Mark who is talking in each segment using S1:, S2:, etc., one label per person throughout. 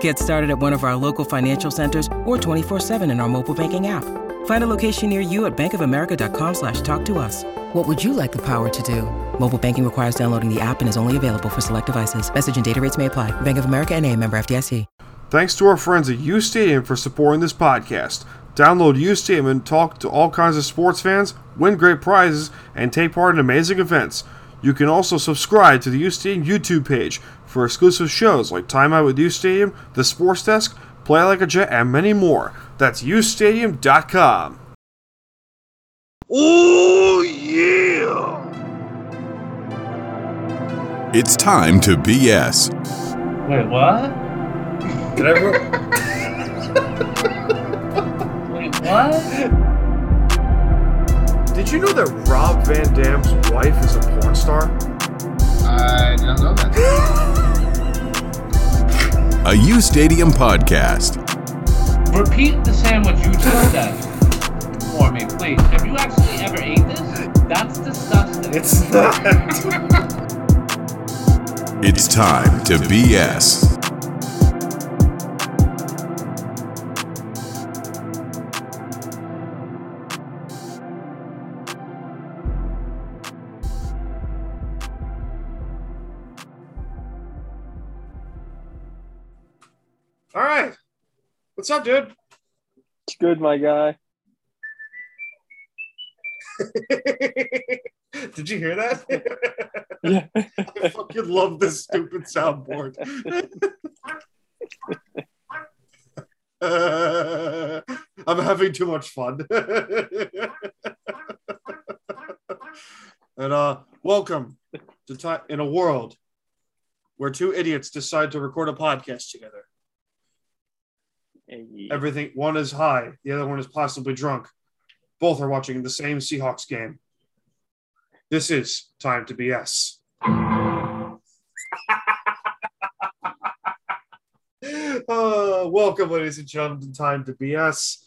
S1: Get started at one of our local financial centers or 24-7 in our mobile banking app. Find a location near you at bankofamerica.com slash talk to us. What would you like the power to do? Mobile banking requires downloading the app and is only available for select devices. Message and data rates may apply. Bank of America and a member FDIC.
S2: Thanks to our friends at U Stadium for supporting this podcast. Download U Stadium and talk to all kinds of sports fans, win great prizes, and take part in amazing events. You can also subscribe to the U Stadium YouTube page for exclusive shows like Time Out with U Stadium, The Sports Desk, Play Like a Jet, and many more. That's ustadium.com.
S3: Oh, yeah!
S4: It's time to BS.
S5: Wait, what?
S6: Did everyone?
S5: Wait, what?
S2: Did you know that Rob Van Dam's wife is a porn star?
S6: I did not know that.
S4: A U Stadium podcast.
S5: Repeat the sandwich you just said for me, please. Have you actually ever ate this? That's disgusting.
S6: It's not.
S4: It's time to BS.
S2: All right. What's up, dude?
S7: It's good, my guy.
S2: Did you hear that?
S7: Yeah.
S2: I fucking love this stupid soundboard. Uh, I'm having too much fun. and uh, welcome to time in a world where two idiots decide to record a podcast together. Everything one is high, the other one is possibly drunk. Both are watching the same Seahawks game. This is time to BS. uh, welcome, ladies and gentlemen, to Time to BS,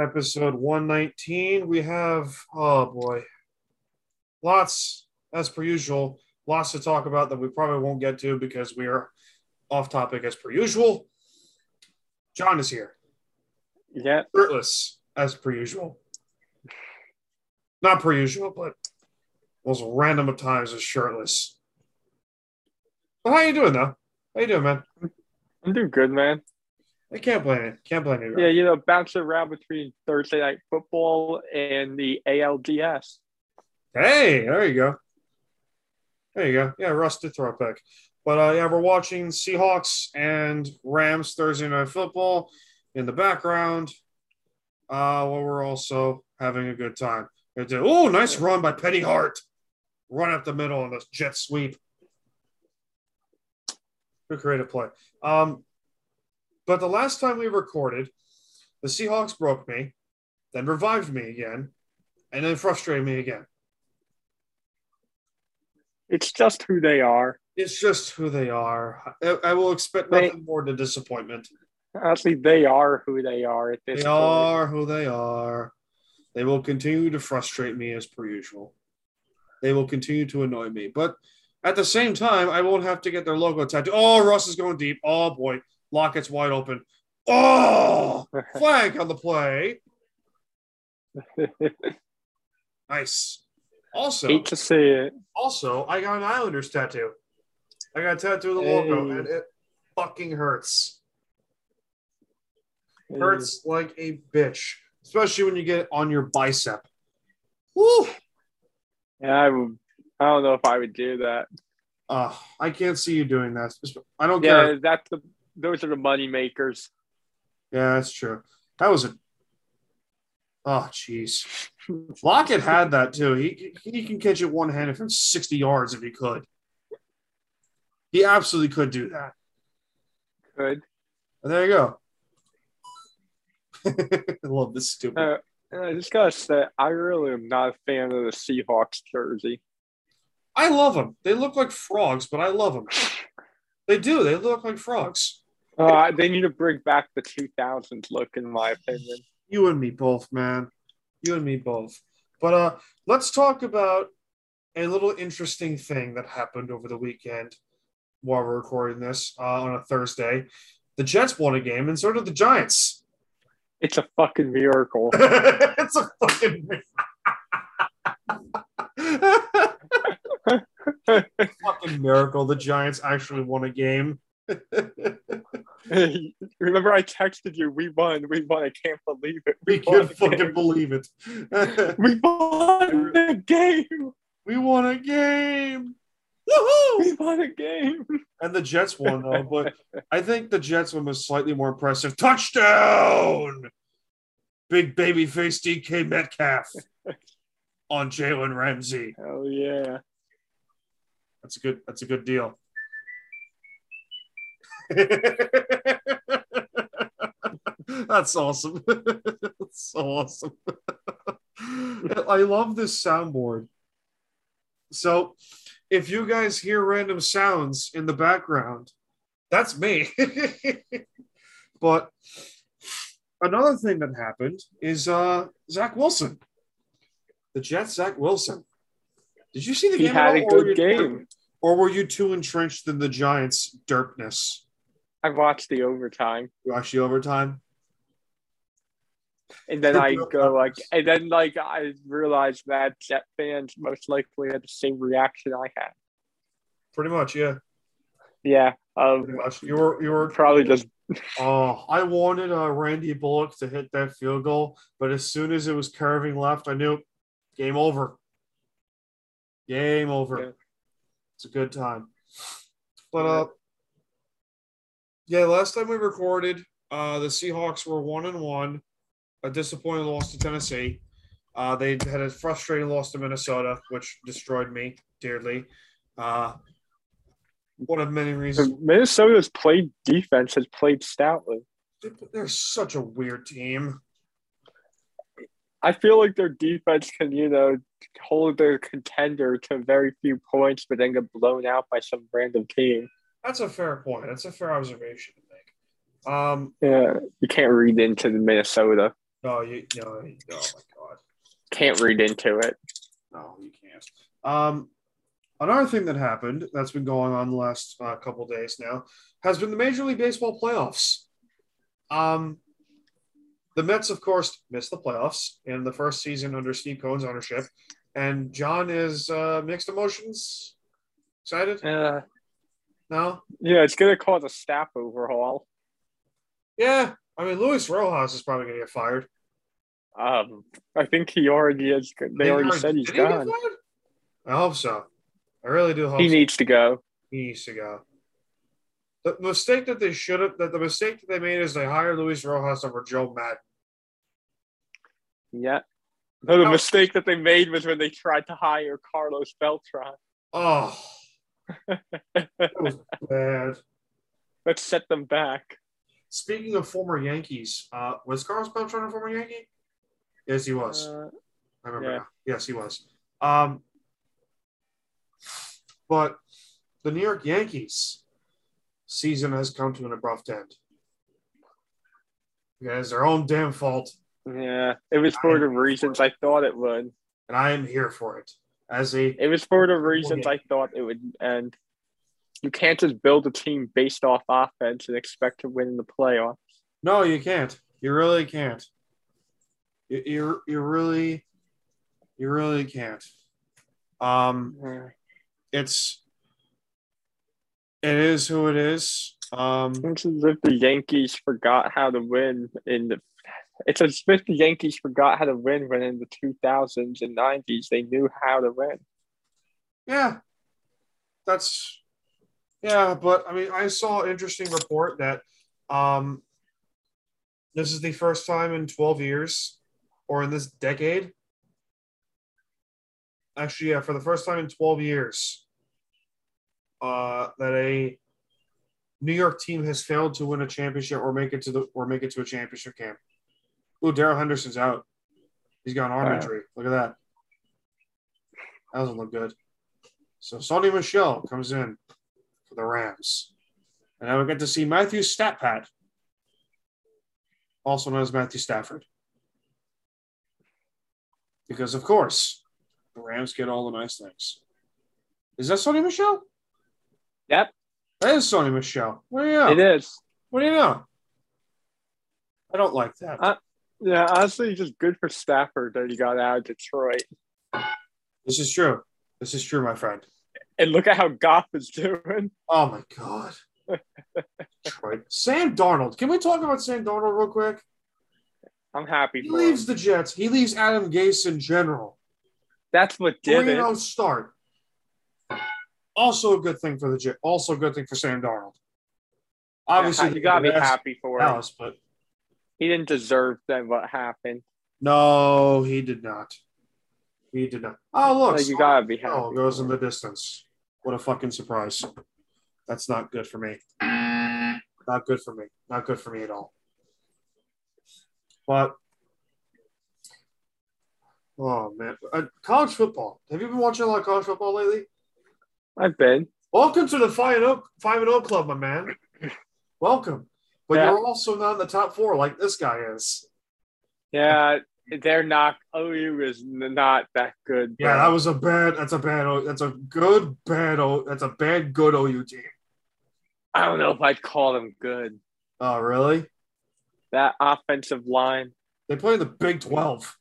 S2: episode 119. We have, oh boy, lots, as per usual, lots to talk about that we probably won't get to because we are off topic as per usual. John is here,
S7: Yeah.
S2: shirtless as per usual. Not per usual, but most random of times is shirtless. But how you doing though? How you doing, man?
S7: I'm doing good, man.
S2: I can't blame it. Can't blame it.
S7: Yeah, you know, bouncing around between Thursday night football and the ALDS.
S2: Hey, there you go. There you go. Yeah, Russ did throw a pick. But uh, yeah, we're watching Seahawks and Rams Thursday night football in the background. Uh, while we're also having a good time. Oh, nice run by Penny Hart. Run up the middle on this jet sweep. Good creative play. Um, but the last time we recorded, the Seahawks broke me, then revived me again, and then frustrated me again.
S7: It's just who they are.
S2: It's just who they are. I, I will expect
S7: They-
S2: nothing more than disappointment.
S7: Honestly, they are who they are at this
S2: They
S7: point.
S2: are who they are. They will continue to frustrate me as per usual. They will continue to annoy me. But at the same time, I won't have to get their logo tattooed. Oh, Russ is going deep. Oh, boy. Lockett's wide open. Oh, flag on the play. Nice. Also,
S7: Hate to see it.
S2: Also, I got an Islanders tattoo. I got a tattoo of the logo,
S7: Hey.
S2: and it fucking hurts. Hurts like a bitch, especially when you get it on your bicep. Woo!
S7: Yeah, I, would- I don't know if I would do that.
S2: Uh, I can't see you doing that. I don't care.
S7: Yeah, that's the those are the money makers.
S2: Yeah, that's true. That was a. Oh, jeez. Lockett had that too. He he can catch it one handed from sixty yards if he could. He absolutely could do that.
S7: Good.
S2: There you go. I love this stupid.
S7: Uh, and I just gotta say, I really am not a fan of the Seahawks jersey.
S2: I love them. They look like frogs, but I love them. They do. They look like frogs.
S7: Uh, they need to bring back the 2000s look, in my opinion.
S2: You and me both, man. You and me both. But uh, let's talk about a little interesting thing that happened over the weekend while we're recording this uh, on a Thursday. The Jets won a game, and so did the Giants.
S7: It's a fucking miracle.
S2: it's a fucking. fucking miracle. The Giants actually won a game.
S7: Remember, I texted you, "We won, we won! I can't believe it.
S2: We
S7: won
S2: can't
S7: the
S2: fucking
S7: game.
S2: believe it.
S7: We won the game.
S2: we won a game. Woohoo!
S7: We won a game."
S2: And the Jets won though, but I think the Jets one was slightly more impressive. Touchdown! Big baby face DK Metcalf on Jalen Ramsey.
S7: Hell yeah!
S2: That's a good that's a good deal. that's awesome. that's so awesome. I love this soundboard. So if you guys hear random sounds in the background, that's me. but another thing that happened is uh Zach Wilson. The Jets, Zach Wilson. Did you see the
S7: He
S2: game? at
S7: had a
S2: all, or
S7: good
S2: you-
S7: game.
S2: Or were you too entrenched in the Giants' derpness?
S7: I watched the overtime,
S2: You actually overtime?
S7: and then I go like, and then like I realized that Jet fans most likely had the same reaction I had.
S2: Pretty much, yeah.
S7: Yeah, of
S2: Pretty much. You were you were
S7: probably just
S2: Oh, I wanted uh, Randy Bullock to hit that field goal, but as soon as it was curving left, I knew game over. Game over.
S7: Yeah.
S2: It's a good time. But uh yeah, last time we recorded, uh the Seahawks were one and one, a disappointing loss to Tennessee. Uh they had a frustrating loss to Minnesota, which destroyed me dearly. Uh one of many reasons
S7: Hmm. Minnesota's played defense has played stoutly.
S2: they're such a weird team.
S7: I feel like their defense can, you know, hold their contender to very few points, but then get blown out by some random team.
S2: That's a fair point. That's a fair observation to make. Um,
S7: Yeah, you can't read into the Minnesota.
S2: no, you, no, oh my god,
S7: Can't read into it.
S2: no, you can't. Um, another thing that happened that's been going on the last uh, couple days now has been the Major League Baseball playoffs. Um, the Mets, of course, missed the playoffs in the first season under Steve Cohen's ownership, and John is uh, mixed emotions. Excited?
S7: Yeah,
S2: No.
S7: yeah, it's gonna cause a staff overhaul.
S2: Yeah, I mean, Luis Rojas is probably going to get fired.
S7: Um, I think he already is. They already said he's
S2: Did he get
S7: gone.
S2: fired? I hope so. I really do hope
S7: He
S2: so.
S7: needs to go.
S2: he needs to go. The mistake that they should have, that the mistake that they made is they hired Luis Rojas over Joe Madden.
S7: Yeah. No, the
S2: No.
S7: mistake that they made was when they tried to hire Carlos Beltran.
S2: Oh, that was bad.
S7: Let's set them back.
S2: Speaking of former Yankees, uh, was Carlos Beltran a former Yankee? Yes, he was.
S7: Uh,
S2: I remember
S7: Yeah.
S2: now. Yes, he was. Um, but the New York Yankees season has come to an abrupt end. Yeah, it's their own damn fault,
S7: yeah, it was for the reasons I thought it would.
S2: and I am here for it. As a
S7: It was for the reasons I thought it would end. You can't just build a team based off offense and expect to win in the playoff.
S2: no, you can't. You really can't. You you, you really, you really can't.
S7: Mm-hmm.
S2: Um, it's it is who it is. Um,
S7: It's as if the Yankees forgot how to win in the. It's as if the Yankees forgot how to win when in the 2000s and 90s they knew how to win.
S2: yeah, that's yeah. But I mean, I saw an interesting report that um, this is the first time in 12 years, or in this decade. Actually, yeah, for the first time in 12 years, uh, that a New York team has failed to win a championship or make it to the or make it to a championship game. Ooh, Daryl Henderson's out. He's got an arm
S7: Wow.
S2: injury. Look at that. That doesn't look good. So Sonny Michelle comes in for the Rams. And now we get to see Matthew Statpat, also known as Matthew Stafford. Because of course, the Rams get all the nice things. Is that Sonny Michelle?
S7: Yep,
S2: That is Sonny Michelle. What do you know?
S7: it is.
S2: What do you know? I don't like that.
S7: Uh, Yeah, honestly, just good for Stafford that he got out of Detroit.
S2: this is true. This is true, my friend.
S7: And look at how Goff is doing.
S2: Oh my god. Detroit. Sam Darnold. Can we talk about Sam Darnold real quick?
S7: I'm happy
S2: He
S7: for him.
S2: leaves the Jets. He leaves Adam Gase in general.
S7: That's what did
S2: Three
S7: it.
S2: zero start. Also a good thing for the Jets. Also a good thing for Sam Darnold. Obviously,
S7: you gotta be
S2: they asked
S7: happy for him.
S2: Dallas, but
S7: He didn't deserve that. What happened?
S2: no, he did not. He did not. Oh look,
S7: Like, you gotta be happy.
S2: Oh, it goes in the distance. What a fucking surprise. That's not good for me. Not good for me. Not good for me at all. But, oh man. Uh, college football. Have you been watching a lot of college football lately?
S7: I've been.
S2: Welcome to the 5 and 0, 5 and 0 club, my man. Welcome. But
S7: Yeah.
S2: you're also not in the top four like this guy is.
S7: Yeah, they're not. OU is n- not that good.
S2: Yeah,
S7: bro.
S2: that was a bad. That's a bad. O- That's a good bad. O- That's a bad good OU team.
S7: I don't know if I'd call them good.
S2: Oh, really?
S7: That offensive line.
S2: They play in the Big 12.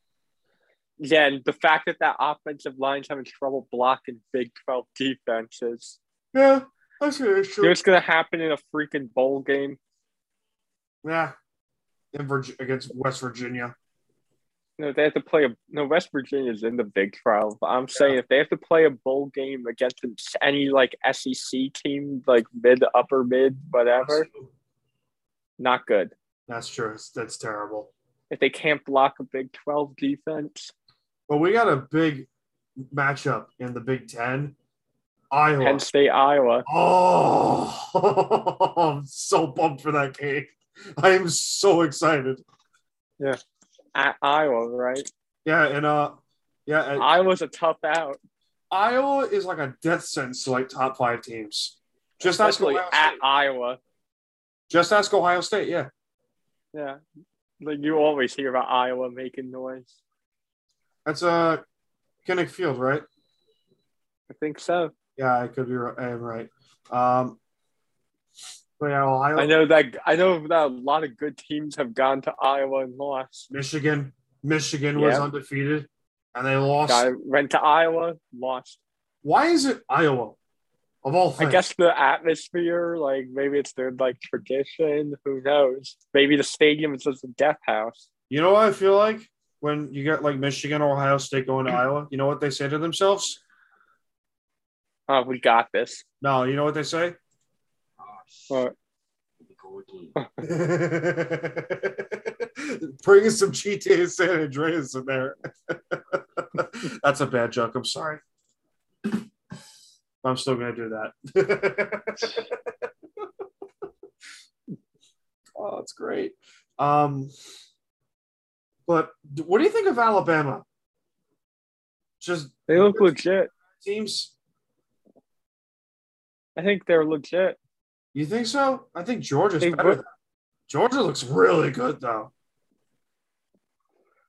S7: Yeah, and the fact that that offensive line's having trouble blocking Big 12 defenses.
S2: Yeah, that's really
S7: You know
S2: true.
S7: what's going to happen in a freaking bowl game?
S2: Yeah, in Virg- against West Virginia.
S7: No, they have to play a. No, West Virginia's in the Big 12. But I'm saying if they have to play a bowl game against an- any like SEC team, like mid, upper mid, whatever, not good.
S2: That's true. It's- That's terrible.
S7: If they can't block a Big 12 defense,
S2: But we got a big matchup in the Big Ten. Iowa.
S7: Penn State, Iowa.
S2: Oh, I'm so pumped for that game. I am so excited.
S7: At Iowa, right?
S2: Yeah, and uh, yeah, and
S7: Iowa's a tough out.
S2: Iowa is like a death sentence to like top five teams. Just ask
S7: Especially
S2: Ohio
S7: at
S2: State.
S7: Iowa.
S2: Just ask Ohio State. Yeah.
S7: Yeah. Like you always hear about Iowa making noise.
S2: That's uh, Kinnick Field, right?
S7: I think so.
S2: Yeah, I could be. ri- I am right. Um, but yeah, Ohio,
S7: I know that I know that a lot of good teams have gone to Iowa and lost.
S2: Michigan, Michigan was
S7: Yeah.
S2: undefeated, and they lost.
S7: Guy went to Iowa, lost.
S2: Why is it Iowa? Of all
S7: I
S2: things,
S7: guess the atmosphere, like maybe it's their like tradition. Who knows? Maybe the stadium is just a death house.
S2: you know what I feel like when you get like Michigan or Ohio State going to Iowa. You know what they say to themselves?
S7: Oh, we got this.
S2: No, you know what they say.
S7: But
S2: Bringing some GTA San Andreas in there. That's a bad joke. I'm sorry. I'm still gonna do that. oh, that's great. Um, but what do you think of Alabama? Just
S7: they look legit.
S2: teams.
S7: I think they're legit.
S2: You think so? I think Georgia's
S7: They
S2: better.
S7: would-
S2: than- Georgia looks really good though.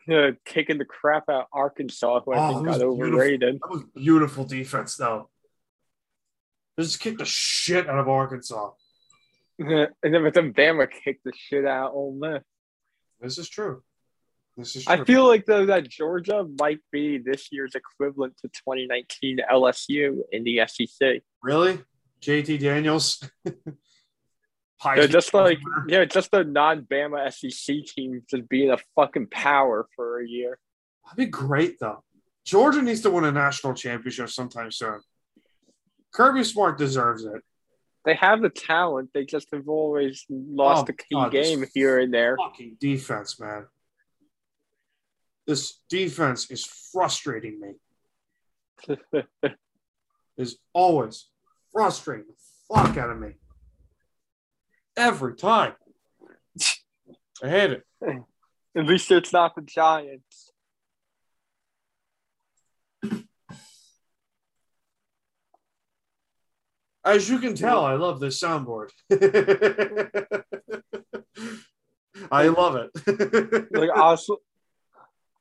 S7: You know, Uh, kicking the crap out of Arkansas, who I
S2: Oh, it
S7: think
S2: was
S7: got
S2: beautiful.
S7: overrated.
S2: That was beautiful defense, though. They just kicked the shit out of Arkansas.
S7: and then but then Bama kicked the shit out of Ole Miss.
S2: This is true. This is true.
S7: I feel like though that Georgia might be this year's equivalent to 2019 E LSU in the SEC.
S2: really JT Daniels.
S7: They're just like yeah, just the non-Bama SEC team just being a fucking power for a year.
S2: That'd be great though. Georgia needs to win a national championship sometime soon. Kirby Smart deserves it.
S7: They have the talent. They just have always lost
S2: Oh,
S7: a key
S2: God, this
S7: game here and there.
S2: Fucking defense, man. This defense is frustrating me. is always frustrating the fuck out of me. Every time. I hate it.
S7: At least it's not the Giants.
S2: As you can tell, I love this soundboard. I love it.
S7: Like honestly,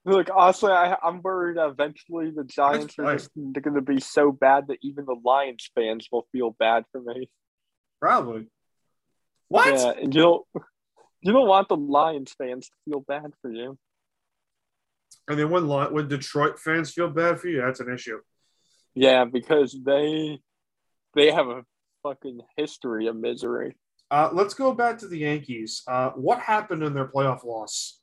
S7: like honestly, I, I'm worried that eventually the Giants are
S2: right.
S7: just they're going to be so bad that even the Lions fans will feel bad for me.
S2: Probably. What?
S7: Yeah, and you don't you don't want the Lions fans to feel bad for you.
S2: I mean, when, Lo- when Detroit fans feel bad for you, that's an issue.
S7: Yeah, because they they have a fucking history of misery.
S2: Uh, let's go back to the Yankees. Uh, what happened in their playoff loss?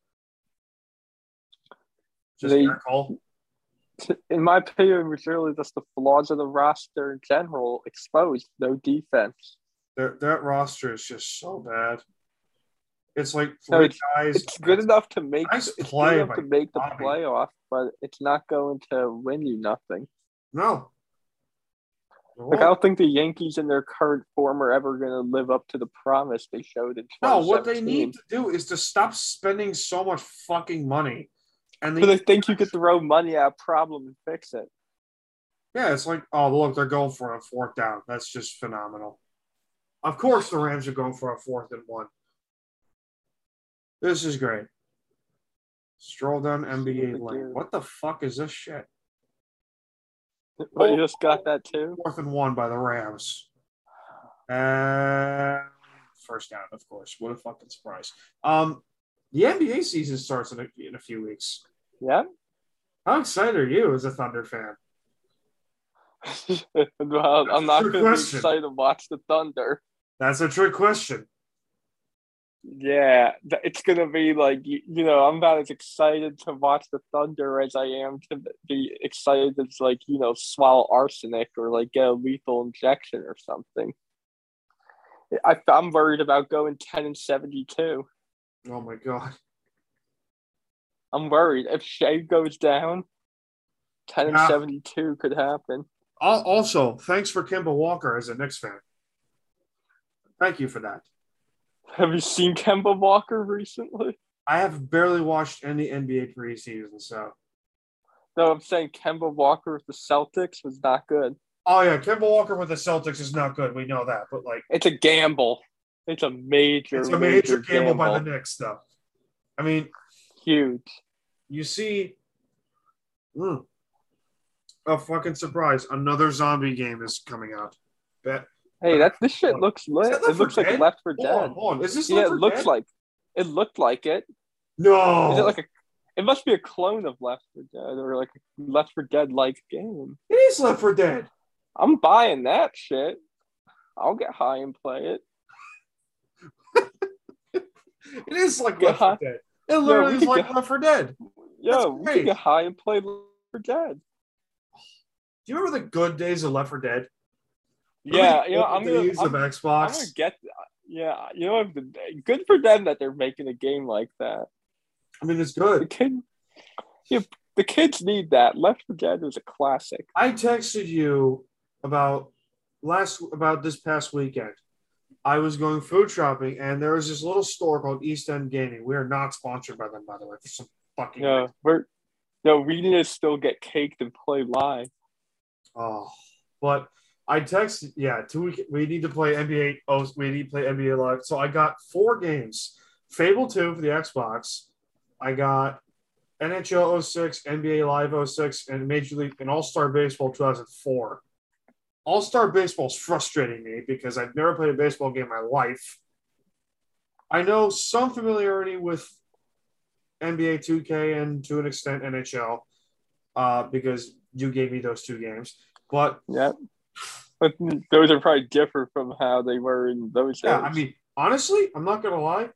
S2: Just
S7: They-
S2: Eric Hall?
S7: In my opinion, it was really just the flaws of the roster in general exposed. No defense.
S2: Their, that roster is just so bad. It's like
S7: No,
S2: three
S7: it's-
S2: guys.
S7: It's good enough to make
S2: nice
S7: it's
S2: play
S7: good
S2: by
S7: enough to make the
S2: Bobby.
S7: playoff, but it's not going to win you nothing.
S2: No.
S7: Like I don't think the Yankees in their current form are ever going to live up to the promise they showed in 2017.
S2: No, what they need to do is to stop spending so much fucking money. And
S7: But they
S2: they,
S7: think you could throw money at a problem and fix it.
S2: yeah, it's like, oh, look, they're going for a fourth down. That's just phenomenal. Of course, the Rams are going for a fourth and one. This is great. Stroll down NBA lane. What the fuck is this shit?
S7: But you just got that too.
S2: Fourth and one by the Rams. And first down, of course. What a fucking surprise. Um, the NBA season starts in a, in a few weeks.
S7: Yeah.
S2: How excited are you as a Thunder fan?
S7: well, I'm not
S2: Good
S7: going to be
S2: question.
S7: excited to watch the Thunder.
S2: That's a trick question.
S7: Yeah, th- it's going to be like, you, you know, I'm not as excited to watch the Thunder as I am to be excited to, like, you know, swallow arsenic or, like, get a lethal injection or something. I, I'm worried about going 10 and 72.
S2: Oh my god.
S7: I'm worried. If Shea goes down, 10 and
S2: Yeah.
S7: 72 could happen.
S2: Al- Also, thanks for Kemba Walker as a Knicks fan. Thank you for that.
S7: Have you seen Kemba Walker recently?
S2: I have barely watched any NBA preseason, so
S7: No, I'm saying Kemba Walker with the Celtics was not good.
S2: oh yeah, Kemba Walker with the Celtics is not good. We know that, but like
S7: It's a gamble. It's a major,
S2: it's a major gamble
S7: gamble.
S2: by the Knicks, though. I mean,
S7: Huge.
S2: you see, mm, a fucking surprise! Another zombie game is coming out. Bet.
S7: Hey, that this shit looks lit.
S2: Left
S7: It looks
S2: four
S7: like
S2: Dead?
S7: Left for
S2: Hold on,
S7: Dead.
S2: hold on. Is this
S7: Yeah, it
S2: Left 4
S7: looks
S2: Dead?
S7: like. It looked like it. Is
S2: no?
S7: it like a? It must be a clone of Left for Dead or like a Left for Dead like game.
S2: it is Left 4 Dead.
S7: I'm buying that shit. I'll get high and play it.
S2: It is like
S7: Yeah.
S2: Left 4 Dead. It literally
S7: we
S2: is
S7: could
S2: like
S7: go-
S2: Left 4 Dead. That's
S7: Yo, we
S2: great.
S7: can get high and play Left for Dead.
S2: Do you remember the good days of Left 4 Dead?
S7: Yeah,
S2: Remember the
S7: you know,
S2: good
S7: I'm gonna,
S2: days
S7: I'm,
S2: of
S7: I'm
S2: Xbox.
S7: gonna get. Yeah, you know, I'm- good for them that they're making a game like that.
S2: I mean, it's
S7: The
S2: good.
S7: kid, yeah, the kids need that. Left for Dead was a classic.
S2: I texted you about last about this past weekend. I was going food shopping, and there was this little store called East End Gaming. We are not sponsored by them, by the way, for some fucking.
S7: No, we're no, we need to still get caked and play live.
S2: Oh, but I texted, yeah, two week, we need to play NBA. Oh, we need to play NBA Live. So I got four games Fable 2 for the Xbox. I got NHL 06, NBA Live 06, and Major League and All Star Baseball 2004. All Star Baseball is frustrating me because I've never played a baseball game in my life. I know some familiarity with NBA 2K and to an extent NHL uh, because you gave me those two games. But
S7: Yeah, but those are probably different from how they were in those
S2: yeah,
S7: days.
S2: I mean, honestly, I'm not gonna lie,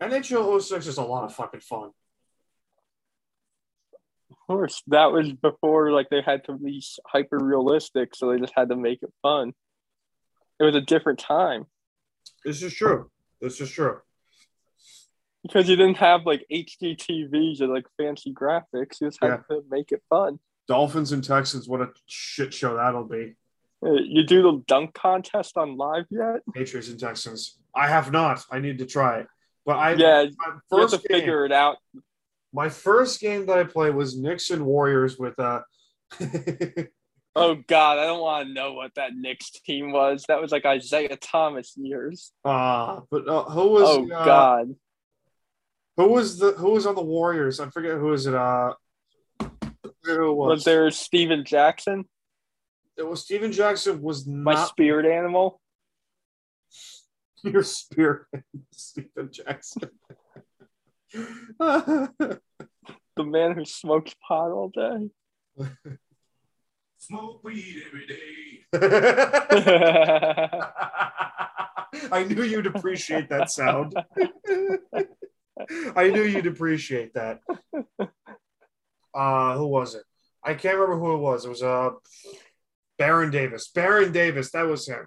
S2: NHL 06 is a lot of fucking fun.
S7: Of course, that was before like they had to be hyper realistic, so they just had to make it fun. It was a different time
S2: This is true. This is true.
S7: because you didn't have like HD TVs or like fancy graphics. You just had to make it fun.
S2: Dolphins and Texans, what a shit show that'll be.
S7: Uh, You do the dunk contest on live yet?
S2: Patriots and Texans. I have not. I need to try it. But I
S7: yeah,
S2: my
S7: you have to
S2: first game,
S7: figure it out.
S2: my first game that I played was Knicks and Warriors with uh
S7: Oh God, I don't want to know what that Knicks team was. That was like Isaiah Thomas years.
S2: uh but uh, who was
S7: oh
S2: uh,
S7: God,
S2: who was the who was on the Warriors? I forget who was it uh who it was.
S7: was there Steven Jackson,
S2: it was Steven Jackson was
S7: my
S2: not
S7: spirit animal?
S2: your spirit Steven Jackson.
S7: The man who smokes pot all day.
S2: Smoke weed every day.
S7: I
S2: I knew you'd appreciate that sound. I knew you'd appreciate that. Uh, who was it? I can't remember who it was. It was uh, Baron Davis. Baron Davis. That was him.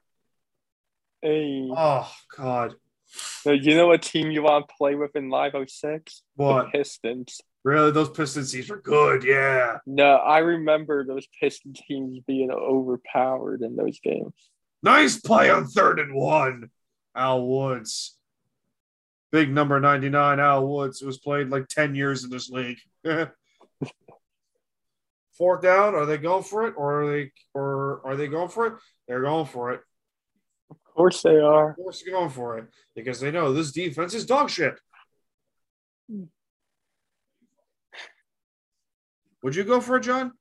S7: Hey,
S2: Oh God.
S7: so you know what team you want to play with in Live 06?
S2: What?
S7: The Pistons.
S2: Really? Those Piston seats are good. Yeah.
S7: No, I remember those Piston teams being overpowered in those games.
S2: Nice play on third and one. Al Woods. Big number 99, Al Woods, who's played like 10 years in this league. Fourth down, are they going for it? Or are they or are they going for it? They're going for it.
S7: Of course they are.
S2: Of course they're going for it. Because they know this defense is dog shit. Would you go for it, John?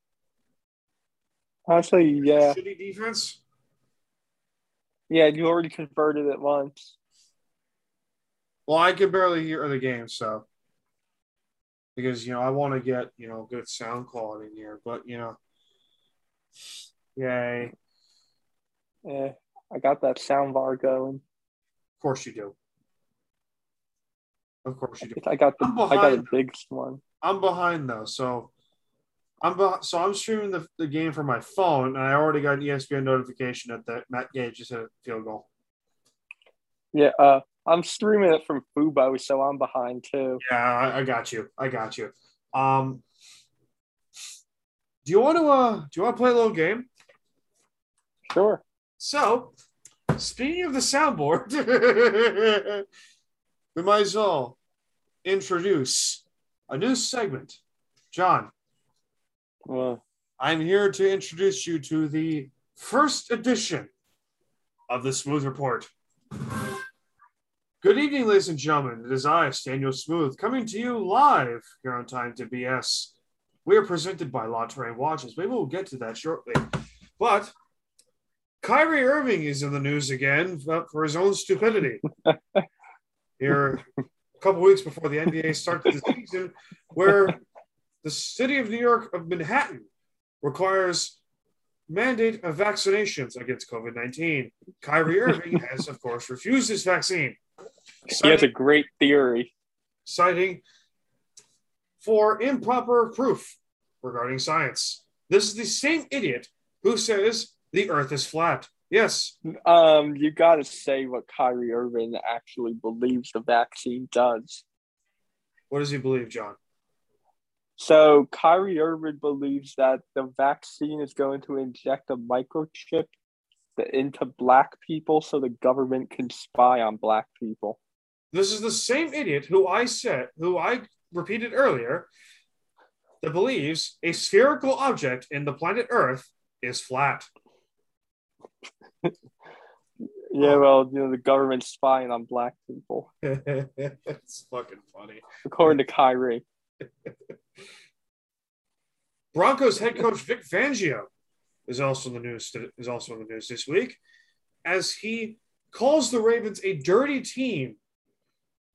S7: Honestly, yeah.
S2: Shitty defense?
S7: Yeah, you already converted it once.
S2: Well, I could barely hear the game, so because you know I want to get you know good sound quality in here, but you know, yay! Of
S7: Yeah, Eh, I got that sound bar going.
S2: course you do. Of course you do.
S7: I got the
S2: I'm
S7: I got a
S2: behind.
S7: big one.
S2: I'm behind though, so I'm beh- so I'm streaming the, the game from my phone, and I already got an E ESPN notification that the, Matt Gage just hit a field goal.
S7: Yeah, uh, I'm streaming it from Fubo, so I'm behind too.
S2: Yeah, I, I got you. I got you. Um, do you want to uh do you want to play a little game?
S7: Sure.
S2: So, speaking of the soundboard, we might as well introduce a new segment. John,
S7: Well,
S2: I'm here to introduce you to the first edition of the Smooth Report. Good evening, ladies and gentlemen. It is I, Daniel Smooth, coming to you live here on Time to BS. We are presented by La Terrain Watches. Maybe we'll get to that shortly. But Kyrie Irving is in the news again for for his own stupidity. here, a couple weeks before the NBA starts the season, where the city of New York of Manhattan requires mandate of vaccinations against COVID 19. Kyrie Irving has, of course, refused his vaccine,
S7: he has a great theory.
S2: citing for improper proof regarding science. This is the same idiot who says the earth is flat. Yes,
S7: Um, you got to say what Kyrie Irving actually believes the vaccine does.
S2: what does he believe, John?
S7: So Kyrie Irving believes that the vaccine is going to inject a microchip th- into black people so the government can spy on black people.
S2: This is the same idiot who I said, who I repeated earlier, that believes a spherical object in the planet Earth is flat.
S7: Yeah, well, you know, the government's spying on black people,
S2: it's fucking funny.
S7: according to Kyrie.
S2: Broncos head coach Vic Fangio is also in the news is also in the news this week as he calls the Ravens a dirty team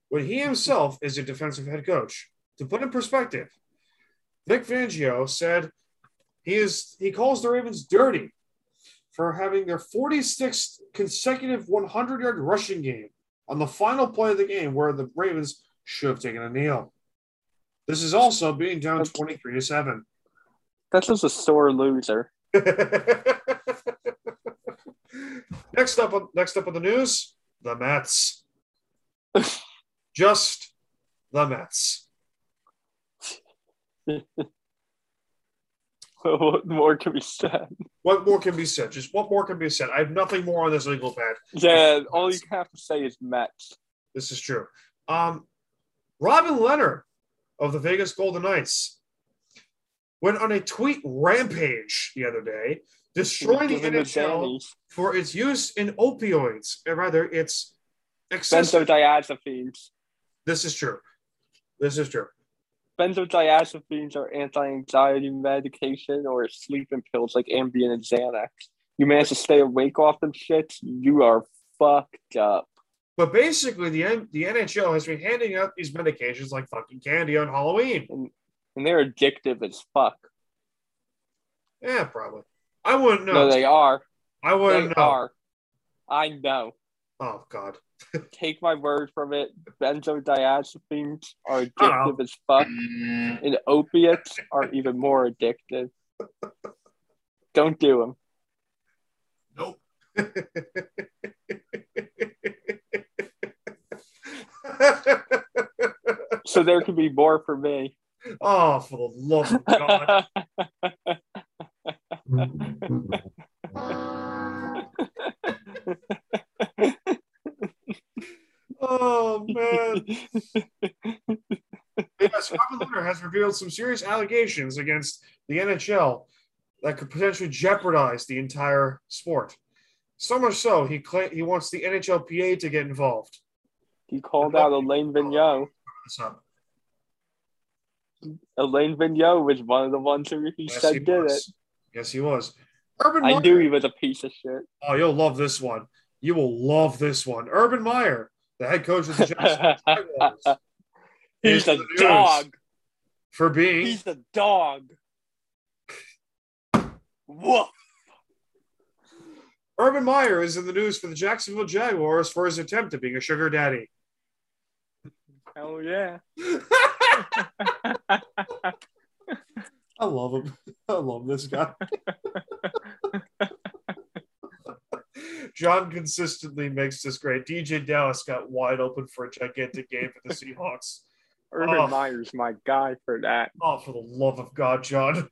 S2: when he himself is a defensive head coach. To put in perspective, Vic Fangio said he is he calls the Ravens dirty for having their 46th consecutive 100-yard rushing game on the final play of the game where the Ravens should have taken a kneel. This is also being down 23 to 7.
S7: That's just a sore loser.
S2: next up on next up on the news, the Mets. Just the Mets.
S7: what more can be said?
S2: What more can be said? Just what more can be said? I have nothing more on this legal pad.
S7: Yeah, all you have to say is Mets.
S2: This is true. Um, Robin Leonard of the Vegas Golden Knights went on a tweet rampage the other day, destroying the
S7: Giving the
S2: NHL
S7: Dannies.
S2: for its use in opioids, or rather, its excessive.
S7: Benzodiazepines.
S2: This is true. This is true.
S7: Benzodiazepines are anti-anxiety medication or sleeping pills like Ambien and Xanax. You manage to stay awake off them shits, you are fucked up.
S2: But basically, the N- the NHL has been handing out these medications like fucking candy on Halloween.
S7: And they're addictive as fuck.
S2: Yeah, probably. I wouldn't know.
S7: No, they are.
S2: I
S7: They
S2: wouldn't know.
S7: are. I know.
S2: Oh God.
S7: Take my word from it. Benzodiazepines are
S2: Oh.
S7: addictive as fuck, and opiates are even more addictive. Don't do them.
S2: Nope.
S7: So there could be more for me.
S2: oh, for the love of God. Oh man. yes, Robin Leonard has revealed some serious allegations against the NHL that could potentially jeopardize the entire sport. So much so, he cla- he wants the NHLPA to get involved.
S7: he called out Elaine Vigneault.
S2: That's not-
S7: Elaine Vigneault was one of the ones who he
S2: yes,
S7: said
S2: he
S7: did it.
S2: was. Yes, he was. Urban
S7: I
S2: Meyer-
S7: knew he was a piece of shit.
S2: Oh, you'll love this one. You will love this one. Urban Meyer, the head coach of the Jacksonville Jaguars,
S7: He's
S2: is
S7: a
S2: in the news
S7: dog.
S2: for being
S7: He's a dog. Woof.
S2: Urban Meyer is in the news for the Jacksonville Jaguars for his attempt at being a sugar daddy.
S7: Hell yeah.
S2: I love him. I love this guy. John consistently makes this great. DJ Dallas got wide open for a gigantic game for the Seahawks.
S7: Urban
S2: Oh.
S7: Meyer's my guy for that.
S2: Oh, for the love of God, John.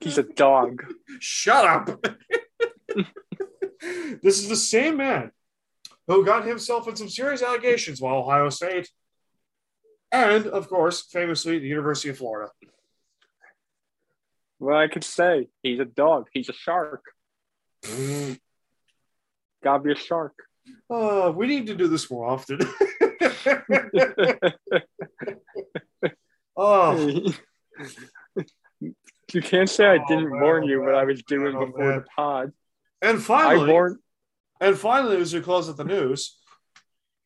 S7: He's a dog.
S2: Shut up. this is the same man who got himself in some serious allegations while Ohio State and, of course, famously, the University of Florida.
S7: what I could say. He's a dog. He's a shark.
S2: Mm.
S7: Gotta be a shark.
S2: Uh, we need to do this more often. oh,
S7: you can't say I didn't
S2: Oh,
S7: warn
S2: man,
S7: you what I was doing
S2: man, oh,
S7: before
S2: man.
S7: the pod.
S2: and
S7: I
S2: finally,
S7: warned.
S2: and finally, as we close out the news,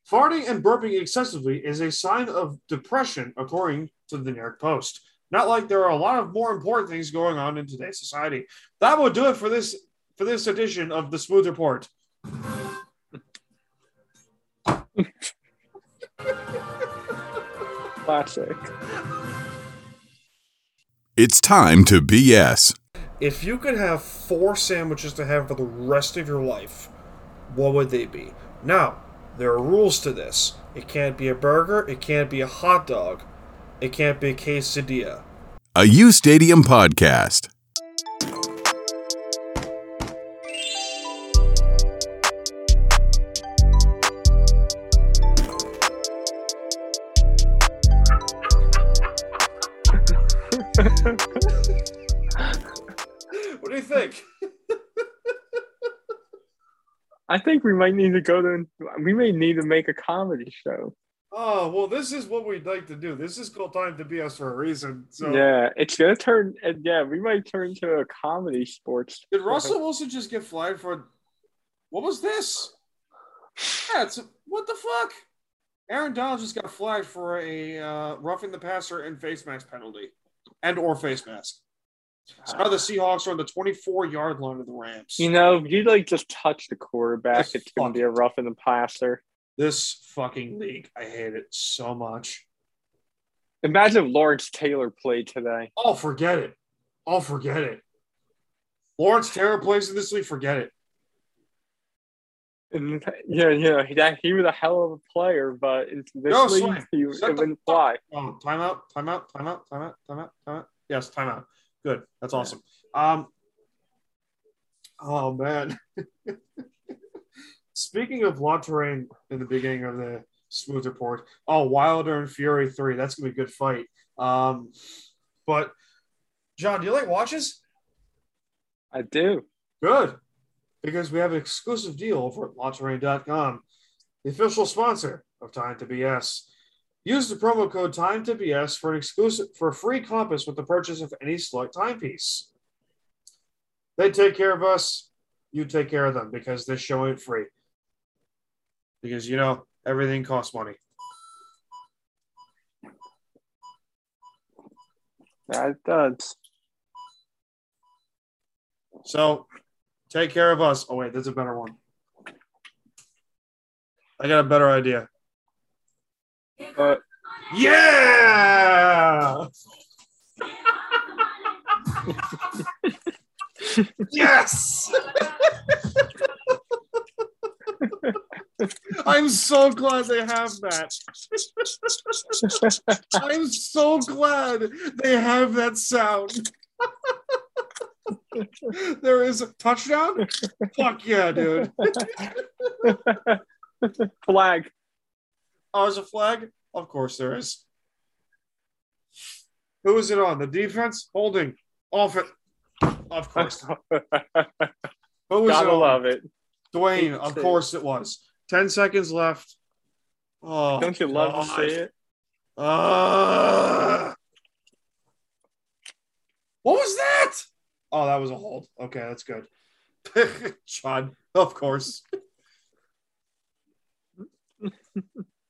S2: farting and burping excessively is a sign of depression, according to the New York Post. Not like there are a lot of more important things going on in today's society. That will do it for this for this edition of the Smooth Report.
S7: Classic.
S4: It's time to BS.
S2: If you could have four sandwiches to have for the rest of your life, what would they be? Now, there are rules to this. It can't be a burger, it can't be a hot dog, it can't be a quesadilla.
S4: A U Stadium podcast.
S2: What do you think?
S7: I think we might need to go to. We may need to make a comedy show.
S2: Oh, well, this is what we'd like to do. This is called Time to BS for a reason. So,
S7: Yeah, it's gonna turn. And yeah, we might turn to a comedy sports.
S2: did Russell Wilson just get flagged for what was this? Yeah, it's, what the fuck? Aaron Donald just got flagged for a uh, roughing the passer and face mask penalty, and or face mask. So now the Seahawks are on the 24 yard line of the Rams.
S7: You know, if you like just touch the quarterback,
S2: That's
S7: it's gonna
S2: fucked.
S7: be a rough in the passer.
S2: This fucking league, I hate it so much.
S7: Imagine if Lawrence Taylor played today.
S2: Oh, forget it. Oh, forget it. Lawrence Taylor plays in this league, forget it.
S7: And, yeah, yeah, that he was a hell of a player, but in this
S2: No,
S7: league,
S2: Swain,
S7: he, it
S2: shut the
S7: wouldn't
S2: fuck
S7: fly.
S2: Oh, timeout, timeout, timeout, timeout, timeout, timeout. Yes, timeout. Good. That's awesome. Um. Oh man. Speaking of La Terrain in the beginning of the smooth report, oh Wilder and Fury three. That's gonna be a good fight. Um, but John, do you like watches?
S7: I do.
S2: Good, because we have an exclusive deal over at LaTerrain.com, the official sponsor of Time to BS. Use the promo code Time to BS for an exclusive for a free compass with the purchase of any select timepiece. They take care of us. You take care of them because this show ain't free. Because you know everything costs money.
S7: That does.
S2: So take care of us. Oh wait, there's a better one. I got a better idea. Uh,
S7: But
S2: Yeah. yes. I'm so glad they have that. I'm so glad they have that sound. there is a touchdown? Fuck yeah, dude.
S7: flag.
S2: Oh, there's a flag? Of course there is. Who is it on? The defense? Holding. Off it. Of course.
S7: Gotta
S2: Who was it on?
S7: love it.
S2: Dwayne, of course it was. 10 seconds left. Oh,
S7: Don't you love to
S2: God.
S7: see it?
S2: Ah. what was that? Oh, that was a hold. Okay, that's good. John, of course.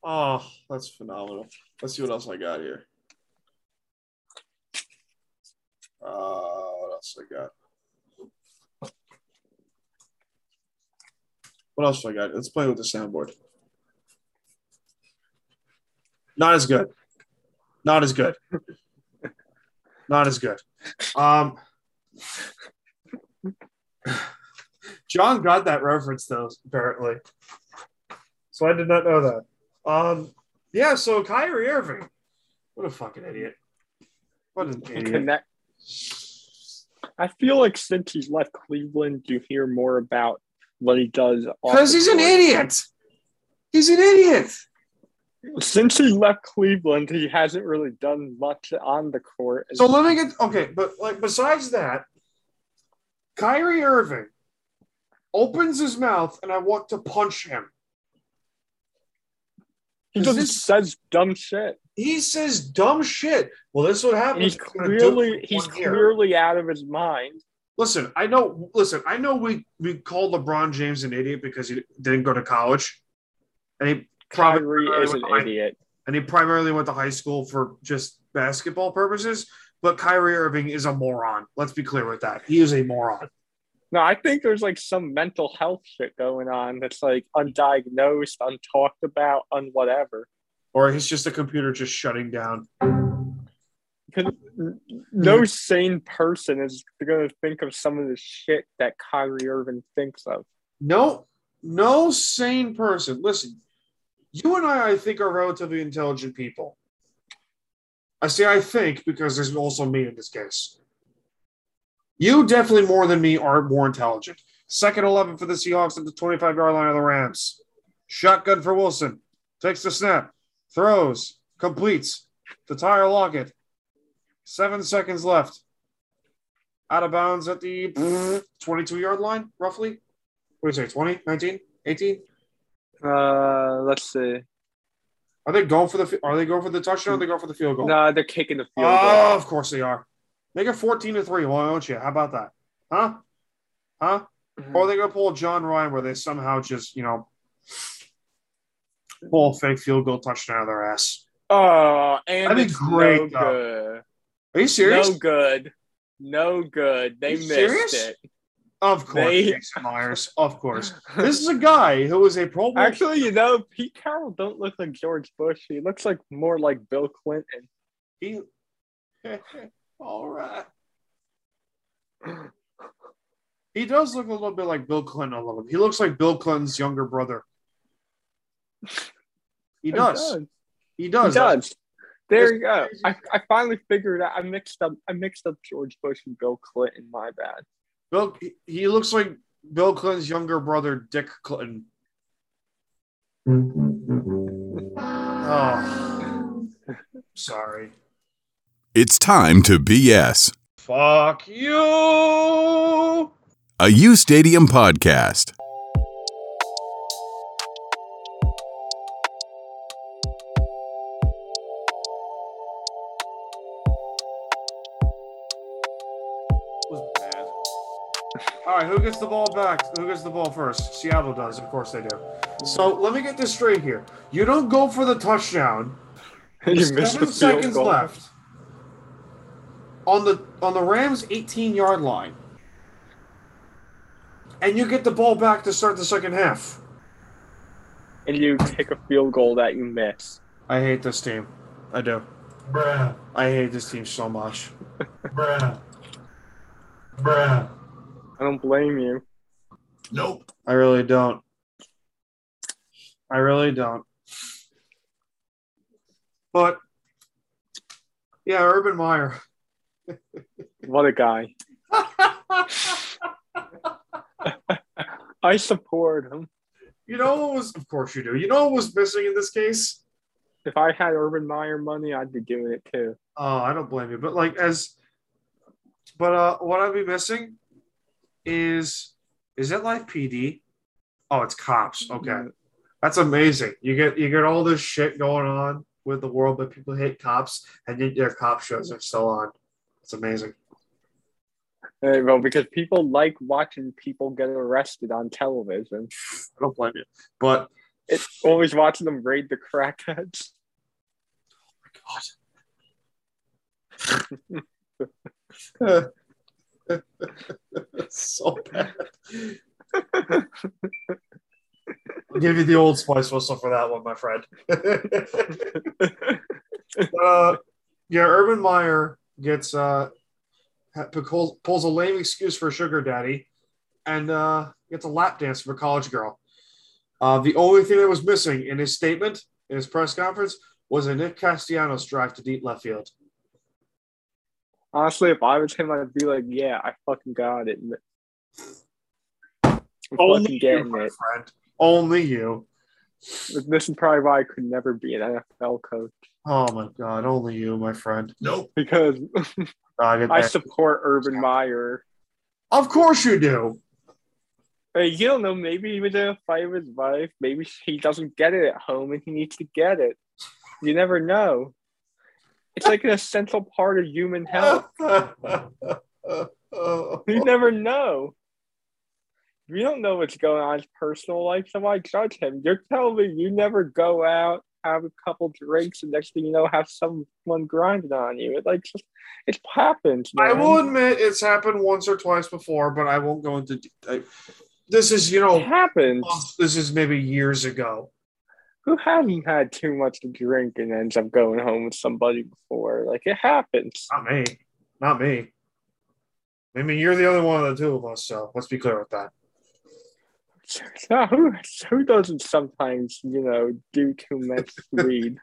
S2: oh, that's phenomenal. Let's see what else I got here. Uh, what else I got? What else do I got? Let's play with the soundboard. Not as good. Not as good. Not as good. Um, John got that reference though, apparently. So I did not know that. Um, yeah. So Kyrie Irving, what a fucking idiot. What an idiot.
S7: Connect. I feel like since he's left Cleveland, you hear more about what he does. off
S2: Because
S7: the
S2: he's an
S7: court.
S2: idiot. He's an idiot.
S7: Since he left Cleveland, he hasn't really done much on the court.
S2: So let me get okay, but like besides that, Kyrie Irving opens his mouth and I want to punch him.
S7: he just
S2: this-
S7: says dumb shit.
S2: He says dumb shit. Well, this is what
S7: And
S2: happens.
S7: he's
S2: It's gonna do it
S7: clearly
S2: for
S7: he's
S2: one year.
S7: clearly out of his mind.
S2: Listen, I know. Listen, I know. We we called LeBron James an idiot because he didn't go to college, and he probably
S7: Kyrie is an
S2: I-
S7: idiot.
S2: and he primarily went to high school for just basketball purposes. But Kyrie Irving is a moron. Let's be clear with that. He is a moron.
S7: No, I think there's like some mental health shit going on that's like undiagnosed, untalked about, unwhatever.
S2: Or he's just a computer just shutting down.
S7: Because no sane person is going to think of some of the shit that Kyrie Irving thinks of.
S2: No, no sane person. Listen, you and I, I think, are relatively intelligent people. I say I think because there's also me in this case. You definitely more than me are more intelligent. Second 11 for the Seahawks at the 25 yard line of the Rams. Shotgun for Wilson. Takes the snap. Throws. Completes. The tire locket. Seven seconds left. Out of bounds at the 22 yard line, roughly what do you say, 20, 19, 18?
S7: Uh, let's see.
S2: Are they going for the fi- are they going for the touchdown or they go for the field goal?
S7: No, they're kicking the field goal.
S2: oh, of course they are. Make it 14 to 3, why don't you? How about that? Huh? Huh?
S7: Mm-hmm.
S2: Or they gonna pull John Ryan where they somehow just, you know, pull a fake field goal touchdown out of their ass.
S7: Oh, and
S2: That'd be
S7: it's
S2: great,
S7: no
S2: though.
S7: good.
S2: Are you serious?
S7: No good. No good. They
S2: You
S7: missed
S2: serious?
S7: it.
S2: Of course,
S7: They-
S2: Jason Myers. Of course, this is a guy who is a Pro Bowl.
S7: Actually, you know, Pete Carroll don't look like George Bush. He looks like more like Bill Clinton.
S2: He- all right. He does look a little bit like Bill Clinton. A little bit. He looks like Bill Clinton's younger brother. He does. He
S7: He
S2: does.
S7: does. There
S2: It's
S7: you go.
S2: crazy.
S7: I, I finally figured out. I mixed up. I mixed up George Bush and Bill Clinton. My bad.
S2: Bill. he- He looks like Bill Clinton's younger brother, Dick Clinton. Oh, sorry.
S4: It's time to BS.
S2: Fuck you.
S4: A U Stadium podcast.
S2: was bad. All right, who gets the ball back? Who gets the ball first? Seattle does, of course they do. So let me get this straight here. You don't go for the touchdown.
S7: You missed the
S2: Seven
S7: field
S2: seconds
S7: goal.
S2: left on the on the Rams' 18 yard line, and you get the ball back to start the second half.
S7: and you kick a field goal that you miss.
S2: I hate this team. I do. Bruh. I hate this team so much. Bruh. Bruh.
S7: I don't blame you.
S6: Nope.
S2: I really don't. I really don't. But yeah, Urban Meyer.
S7: What a guy. I support him.
S2: you know what was of course you do. You know what was missing in this case?
S7: If I had Urban Meyer money, I'd be doing it too.
S2: Oh, I don't blame you. But like as but uh what I'd be missing is is it live PD? Oh, it's cops. Okay. That's amazing. You get you get all this shit going on with the world, but people hate cops and yet their cop shows are still on. It's amazing.
S7: Uh, Well, because people like watching people get arrested on television.
S2: I don't blame you. But
S7: It's always watching them raid the crackheads.
S2: so bad. I'll give you the old spice whistle for that one, my friend. uh, yeah, Urban Meyer gets uh, ha- pulls, pulls a lame excuse for a sugar daddy and uh, gets a lap dance from a college girl. Uh, the only thing that was missing in his statement in his press conference was a Nick Castellanos drive to deep left field.
S7: Honestly, if I was him, I'd be like, yeah, I fucking got it. I'm fucking
S2: you,
S7: getting
S2: my
S7: it.
S2: friend. Only you.
S7: This is probably why I could never be an NFL coach
S2: Oh my god, only you, my friend.
S6: Nope.
S7: because
S2: I get
S7: I
S2: that.
S7: support Urban Meyer.
S2: of course you do.
S7: Hey, you don't know. Maybe he was in a fight with his wife. Maybe he doesn't get it at home, and he needs to get it. You never know. It's like an essential part of human health. You never know. You don't know what's going on in his personal life, so why judge him? You're telling me you never go out, have a couple drinks, and next thing you know, have someone grinding on you. It like just it happens.
S2: I
S7: man.
S2: will admit it's happened once or twice before, but I won't go into. I, this is you
S7: It
S2: know
S7: happens.
S2: this is maybe years ago.
S7: who hasn't had too much to drink and ends up going home with somebody before? Like it happens.
S2: Not me, not me. I mean, you're the only one of the two of us, so let's be clear with that.
S7: So who, who doesn't sometimes, you know, do too much weed?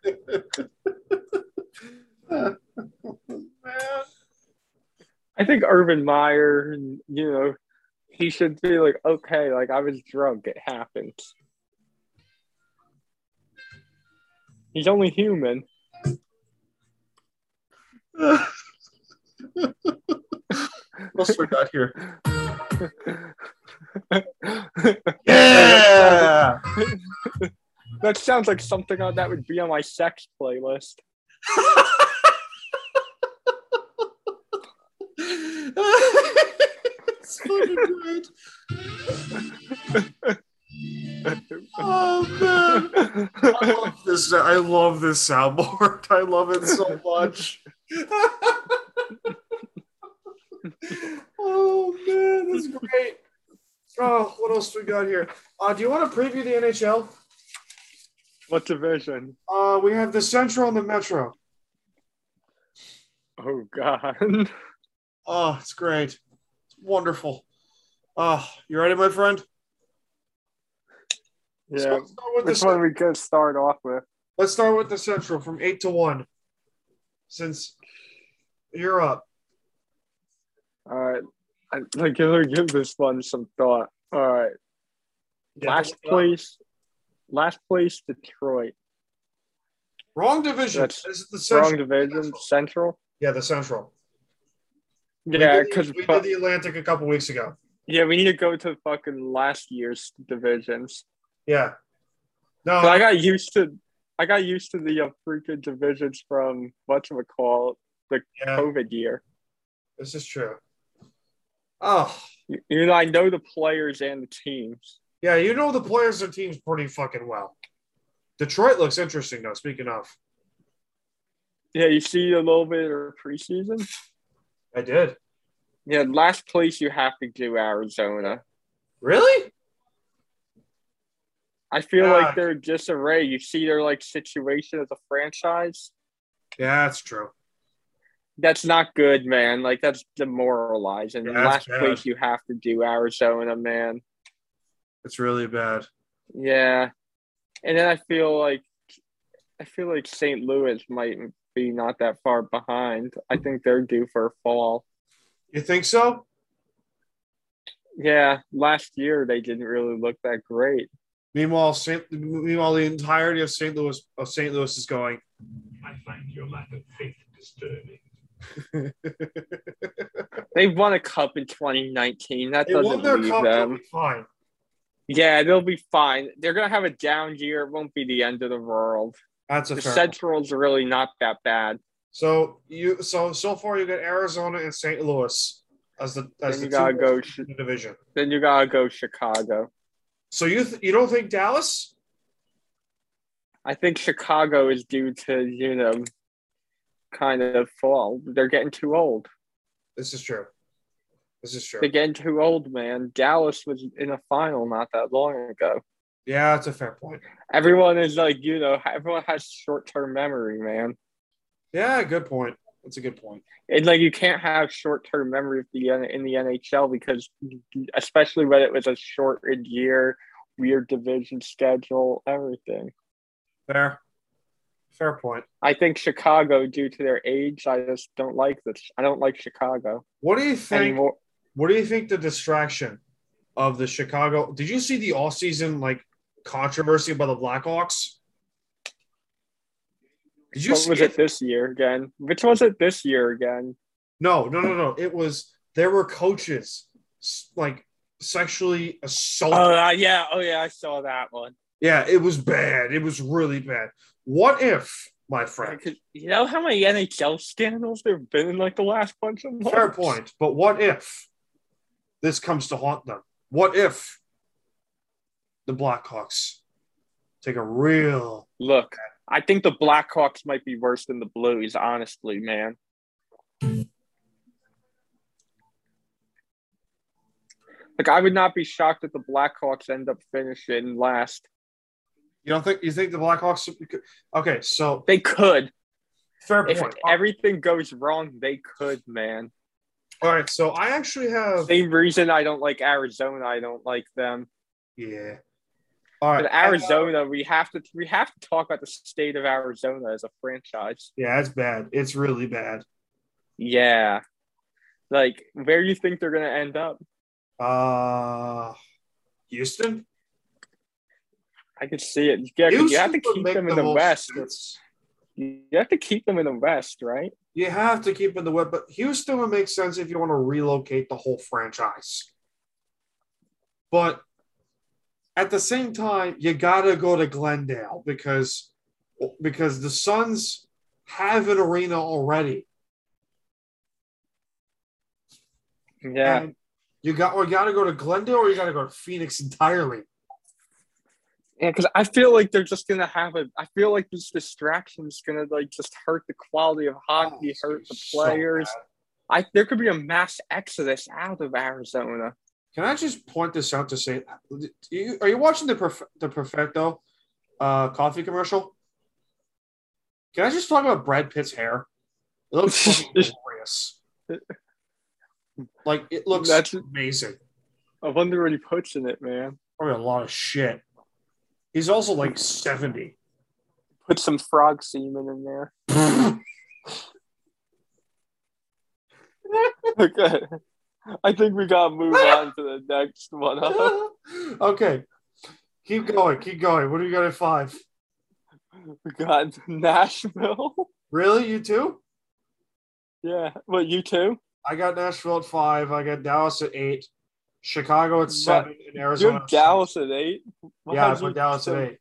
S7: I think Urban Meyer, you know, he should be like, okay, like I was drunk. It happens. He's only human.
S2: What else we got here?
S7: Yeah! That sounds like something on- that would be on my sex playlist.
S2: it's fucking great. Oh man, I love this. I love this soundboard. I love it so much. oh man, that's great. Oh, what else we got here? Uh, do you want to preview the NHL?
S7: What division?
S2: Uh, we have the Central and the Metro.
S7: Oh God.
S2: Oh, it's great. It's wonderful. Oh, you ready, my friend? So
S7: Yeah.
S2: let's start with the
S7: Which one we could start off with?
S2: Let's start with the Central from eight to one. Since you're up,
S7: All right. I, I'm gonna give this one some thought. All right. last place. Last place, Detroit.
S2: wrong division.
S7: That's
S2: This is the
S7: Wrong
S2: Central.
S7: division. Central.
S2: Yeah, the Central.
S7: Yeah,
S2: we did,
S7: because
S2: the- we did the Atlantic a couple weeks ago.
S7: yeah, we need to go to fucking last year's divisions.
S2: Yeah. No,
S7: But I got used to, I got used to the uh, freaking divisions from what you call the
S2: yeah,
S7: COVID year.
S2: this is true. Oh,
S7: You, you know, I know the players and the teams.
S2: yeah, you know the players and teams pretty fucking well. Detroit looks interesting though. Speaking of,
S7: Yeah, you see a little bit of preseason.
S2: I did.
S7: Yeah, last place you have to do Arizona.
S2: Really?
S7: I feel
S2: Yeah.
S7: like they're disarray. You see their like situation as a franchise.
S2: Yeah, that's true.
S7: That's not good, man. Like that's demoralizing.
S2: Yeah,
S7: And
S2: that's
S7: last
S2: bad.
S7: place you have to do Arizona, man.
S2: It's really bad.
S7: Yeah. And then I feel like I feel like St. Louis might be not that far behind. I think they're due for a fall.
S2: You think so?
S7: Yeah, last year they didn't really look that great.
S2: Meanwhile, Saint, meanwhile, the entirety of St. Louis of St. Louis is going.
S3: I find your lack of faith disturbing.
S7: They won a cup in 2019. That
S2: They
S7: doesn't
S2: won their
S7: leave
S2: cup. they'll
S7: them.
S2: be Fine.
S7: Yeah, they'll be fine. They're gonna have a down year. It won't be the end of the world.
S2: That's a
S7: The
S2: fair.
S7: Central's really not that bad.
S2: so you so so far you got Arizona and St. Louis as the as
S7: Then
S2: the
S7: you gotta
S2: two
S7: go
S2: worst
S7: sh-
S2: in the division.
S7: Then you gotta go Chicago.
S2: So you th- you don't think Dallas?
S7: I think Chicago is due to you know kind of fall. They're getting too old.
S2: This is true. This is true.
S7: They're getting too old, man. Dallas was in a final not that long ago.
S2: Yeah, that's a fair point.
S7: Everyone is like you know everyone has short term memory, man.
S2: Yeah, good point. That's a good point.
S7: and like you can't have short-term memory of the N- in the NHL because especially when it was a shortened year, weird division schedule, everything.
S2: Fair. Fair point.
S7: I think Chicago, due to their age, I just don't like this. I don't like Chicago
S2: What do you think?
S7: anymore.
S2: What do you think the distraction of the Chicago? Did you see the offseason like controversy by the Blackhawks? Did you
S7: What
S2: see
S7: was
S2: it?
S7: it this year again? Which was it this year again?
S2: No, no, no, no. It was there were coaches s- like sexually assaulting.
S7: Oh uh, yeah, oh yeah, I saw that one.
S2: yeah, it was bad. It was really bad. What if, my friend?
S7: Because You know how many NHL scandals there've been in like the last bunch of months.
S2: Fair point. But what if this comes to haunt them? What if the Blackhawks take a real
S7: Look, I think the Blackhawks might be worse than the Blues, honestly, man. Like, I would not be shocked if the Blackhawks end up finishing last.
S2: You don't think you think the Blackhawks? Okay, so
S7: They could.
S2: fair
S7: If
S2: point.
S7: everything goes wrong, they could, man.
S2: All right, so I actually have
S7: Same reason I don't like Arizona. I don't like them.
S2: yeah. All right,
S7: But Arizona, we have to we have to talk about the state of Arizona as a franchise.
S2: yeah, it's bad. It's really bad.
S7: Yeah. Like, where do you think they're gonna end up?
S2: Uh, Houston.
S7: I could see it. Yeah, 'cause you
S2: Houston
S7: have to
S2: would
S7: keep
S2: make
S7: them in
S2: the
S7: the
S2: most
S7: West.
S2: sense.
S7: You have to keep them in the West, right?
S2: You have to keep in the web, but Houston would make sense if you want to relocate the whole franchise. But at the same time, you gotta go to Glendale because because the Suns have an arena already.
S7: Yeah.
S2: And you got or you got to go to Glendale or you got to go to Phoenix entirely.
S7: Yeah, because I feel like they're just gonna have a. I feel like this distraction is gonna like just hurt the quality of hockey,
S2: Oh,
S7: hurt the
S2: so
S7: players. I there could be a mass exodus out of Arizona.
S2: Can I just point this out to say, you- are you watching the Perf- the Perfecto uh, coffee commercial? Can I just talk about Brad Pitt's hair? It looks fucking glorious. Like it looks
S7: That's-
S2: amazing.
S7: I wonder what he puts in it, man.
S2: Probably a lot of shit. He's also like seventy.
S7: Put some frog semen in there. okay. I think we gotta move on to the next one.
S2: okay, keep going, keep going. What do you got at five?
S7: we got Nashville.
S2: Really, you too?
S7: yeah. What you too?
S2: I got Nashville at five. I got Dallas at eight. Chicago at seven. and Arizona.
S7: You're
S2: at
S7: Dallas at eight.
S2: six. Yeah, I
S7: had you
S2: put Dallas at
S7: so-
S2: eight.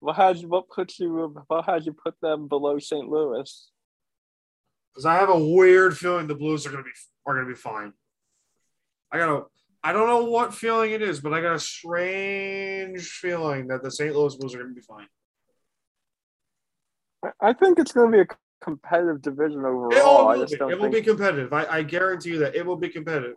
S7: What had you, what put you what had you put them below St. Louis?
S2: because I have a weird feeling the Blues are gonna be are gonna be fine. I got a I don't know what feeling it is, but I got a strange feeling that the St. Louis Blues are gonna be fine.
S7: I- I think it's going to be a c- competitive division overall.
S2: It all
S7: I
S2: will
S7: just
S2: be.
S7: don't
S2: It will
S7: think
S2: be competitive. I, I guarantee you that it will be competitive.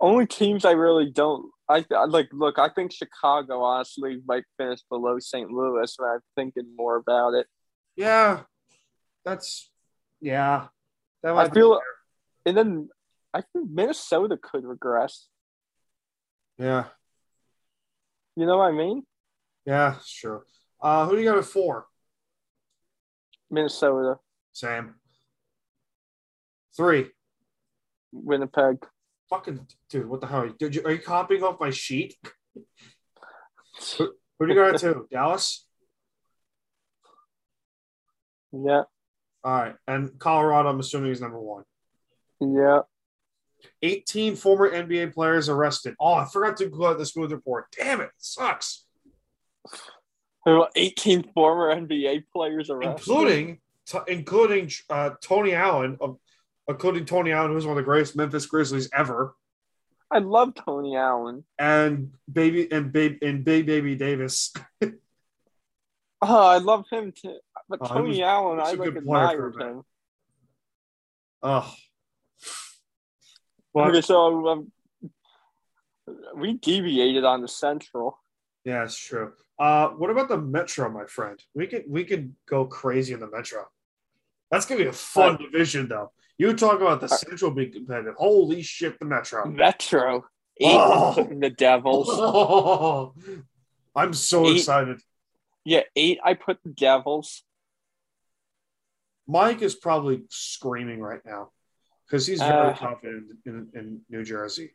S7: only teams I really don't. I, I like look. I think Chicago honestly might finish below St. Louis, and I'm thinking more about it.
S2: Yeah, that's yeah. That might
S7: I feel, and then I think Minnesota could regress.
S2: be, yeah
S7: You know what I mean?
S2: yeah sure. Uh, who do you got at four?
S7: Minnesota,
S2: Sam. Three.
S7: Winnipeg.
S2: Fucking dude, what the hell? Are you, did you, are you copying off my sheet? who, who do you got at two? Dallas.
S7: Yeah,
S2: All right. And Colorado, I'm assuming, is number one.
S7: yeah.
S2: 18 former NBA players arrested. Oh, I forgot to go out the smooth report. Damn it. Sucks.
S7: There were 18 former NBA players around,
S2: Including t- including uh, Tony Allen, of including Tony Allen, who's one of the greatest Memphis Grizzlies ever,
S7: I love Tony Allen.
S2: and baby and babe and Bay Baby Davis.
S7: Oh, I love him too. But
S2: Oh, he
S7: Tony
S2: was-
S7: Allen,
S2: he was
S7: I
S2: a
S7: like
S2: good player for a
S7: admired
S2: bit.
S7: him.
S2: Oh.
S7: Okay,
S2: But
S7: so um, we deviated on the Central.
S2: yeah, it's true. Uh, what about the Metro, my friend? We could we could go crazy in the Metro. That's gonna be a fun division, though. You talk about the Central being competitive. Holy shit, the Metro.
S7: Metro. Eight
S2: Oh.
S7: putting the Devils.
S2: Oh, I'm so
S7: Eight.
S2: excited.
S7: Yeah, eight. I put the Devils.
S2: Mike is probably screaming right now because he's very
S7: Uh.
S2: confident in, in, in New Jersey.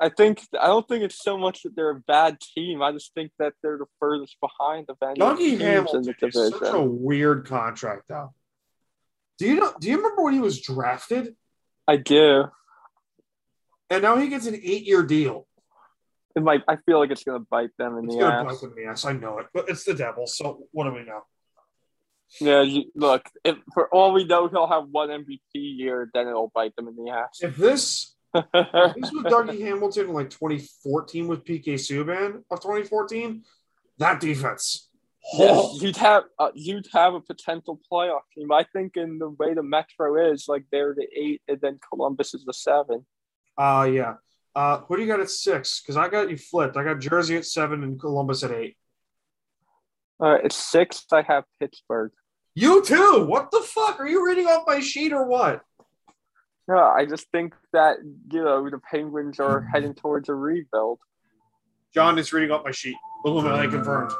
S7: I think I don't think it's so much that they're a bad team. I just think that they're the furthest behind of any
S2: Dougie
S7: teams in
S2: Hamilton
S7: the
S2: is such a
S7: division.
S2: weird contract, though. Do you know? Do you remember when he was drafted?
S7: I do.
S2: And now he gets an eight-year deal.
S7: It might. I feel like it's gonna bite them in
S2: It's
S7: the
S2: gonna
S7: ass.
S2: bite them in the ass. I know it, but it's the Devils. So what do we know?
S7: Yeah. You, look, if, for all we know, he'll have one MVP year. Then it'll bite them in the ass.
S2: If this if this was Dougie Hamilton in like 2014 with PK Subban of 2014, that defense. Oh.
S7: Yes, you'd have uh, you'd have a potential playoff team. I think in the way the Metro is, like they're the eight, and then Columbus is the seven.
S2: Uh yeah. Uh who do you got at six? Because I got you flipped. I got Jersey at seven and Columbus at eight.
S7: All right, Uh, at six, I have Pittsburgh.
S2: You too. What the fuck? Are you reading off my sheet or what?
S7: No, I just think that you know the Penguins are
S2: Mm-hmm.
S7: heading towards a rebuild.
S2: John is reading off my sheet. Illuminati confirmed.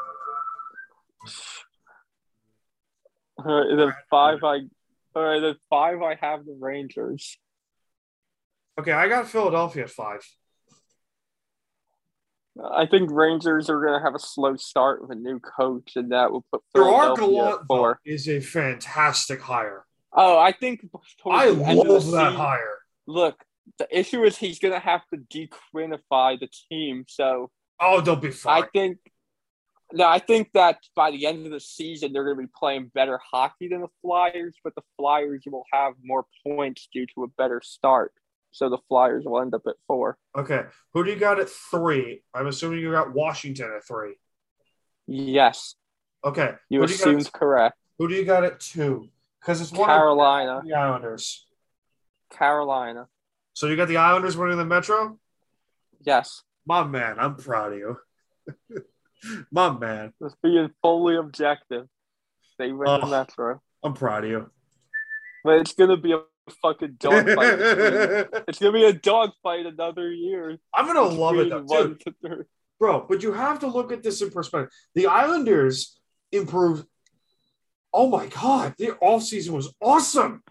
S7: All right, Uh, and then five, I all right, then five, I have the Rangers.
S2: Okay, I got Philadelphia at five.
S7: I think Rangers are going to have a slow start with a new coach, and that will put
S2: There are
S7: Philadelphia at
S2: Gallant
S7: four.
S2: is a fantastic hire.
S7: Oh, I think towards
S2: I
S7: the end of the
S2: love that
S7: season-
S2: hire.
S7: look, the issue is he's gonna have to dequinify the team. So
S2: Oh, they'll be fine.
S7: I think no, I think that by the end of the season they're gonna be playing better hockey than the Flyers, but the Flyers will have more points due to a better start. So the Flyers will end up at four.
S2: Okay, who do you got at three? I'm assuming you got Washington at three.
S7: Yes,
S2: Okay,
S7: you
S2: who, do you got
S7: assumed
S2: at,
S7: correct.
S2: who do you got at two? Because it's one
S7: Carolina,
S2: of the Islanders.
S7: Carolina.
S2: So you got the Islanders winning the Metro.
S7: Yes.
S2: My man, I'm proud of you. My man,
S7: Just being fully objective. They win
S2: Oh.
S7: the Metro.
S2: I'm proud of you.
S7: But it's gonna be a fucking dog fight. between- it's gonna be a dog fight another year.
S2: I'm gonna love it though,
S7: Between
S2: dude.
S7: one to three.
S2: bro. But you have to look at this in perspective. The Islanders improved. Oh my god, their offseason was awesome.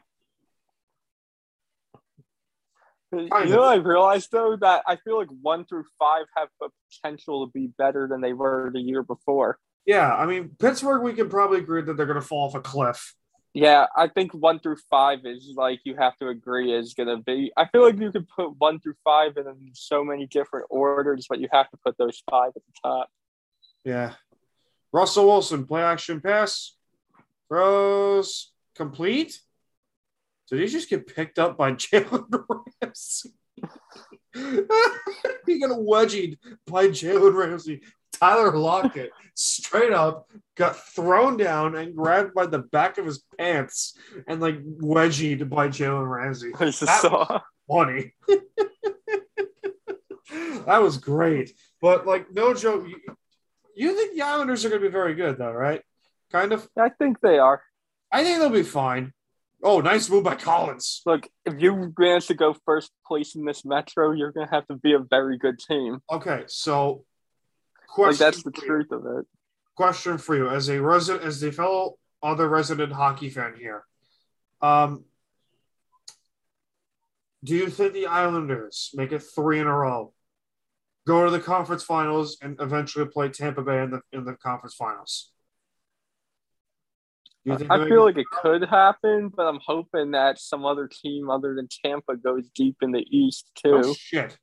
S7: You know, what I realized though that I feel like one through five have the potential to be better than they were the year before.
S2: Yeah, I mean Pittsburgh, we can probably agree that they're gonna fall off a cliff.
S7: Yeah, I think one through five is like you have to agree is gonna be. I feel like you could put one through five in so many different orders, but you have to put those five at the top.
S2: Yeah. Russell Wilson, play action pass, throws complete. Did he just get picked up by Jalen Ramsey? he got wedgied by Jalen Ramsey. Tyler Lockett straight up got thrown down and grabbed by the back of his pants and like wedgied by Jalen Ramsey.
S7: I just
S2: That-
S7: saw.
S2: funny. that was great. But like, no joke. You, you think the Islanders are going to be very good, though, right? Kind of.
S7: I think they are.
S2: I think they'll be fine. Oh, nice move by Collins.
S7: Look, if you manage to go first place in this metro, you're gonna have to be a very good team.
S2: Okay, so question.
S7: Like that's the
S2: for you-
S7: truth of it.
S2: Question for you, as a resident, as a fellow other resident hockey fan here, um, do you think the Islanders make it three in a row, go to the conference finals, and eventually play Tampa Bay in the in the conference finals? Do you think they
S7: I
S2: make
S7: feel
S2: it-
S7: like it could happen, but I'm hoping that some other team other than Tampa goes deep in the East
S2: oh,
S7: too.
S2: shit?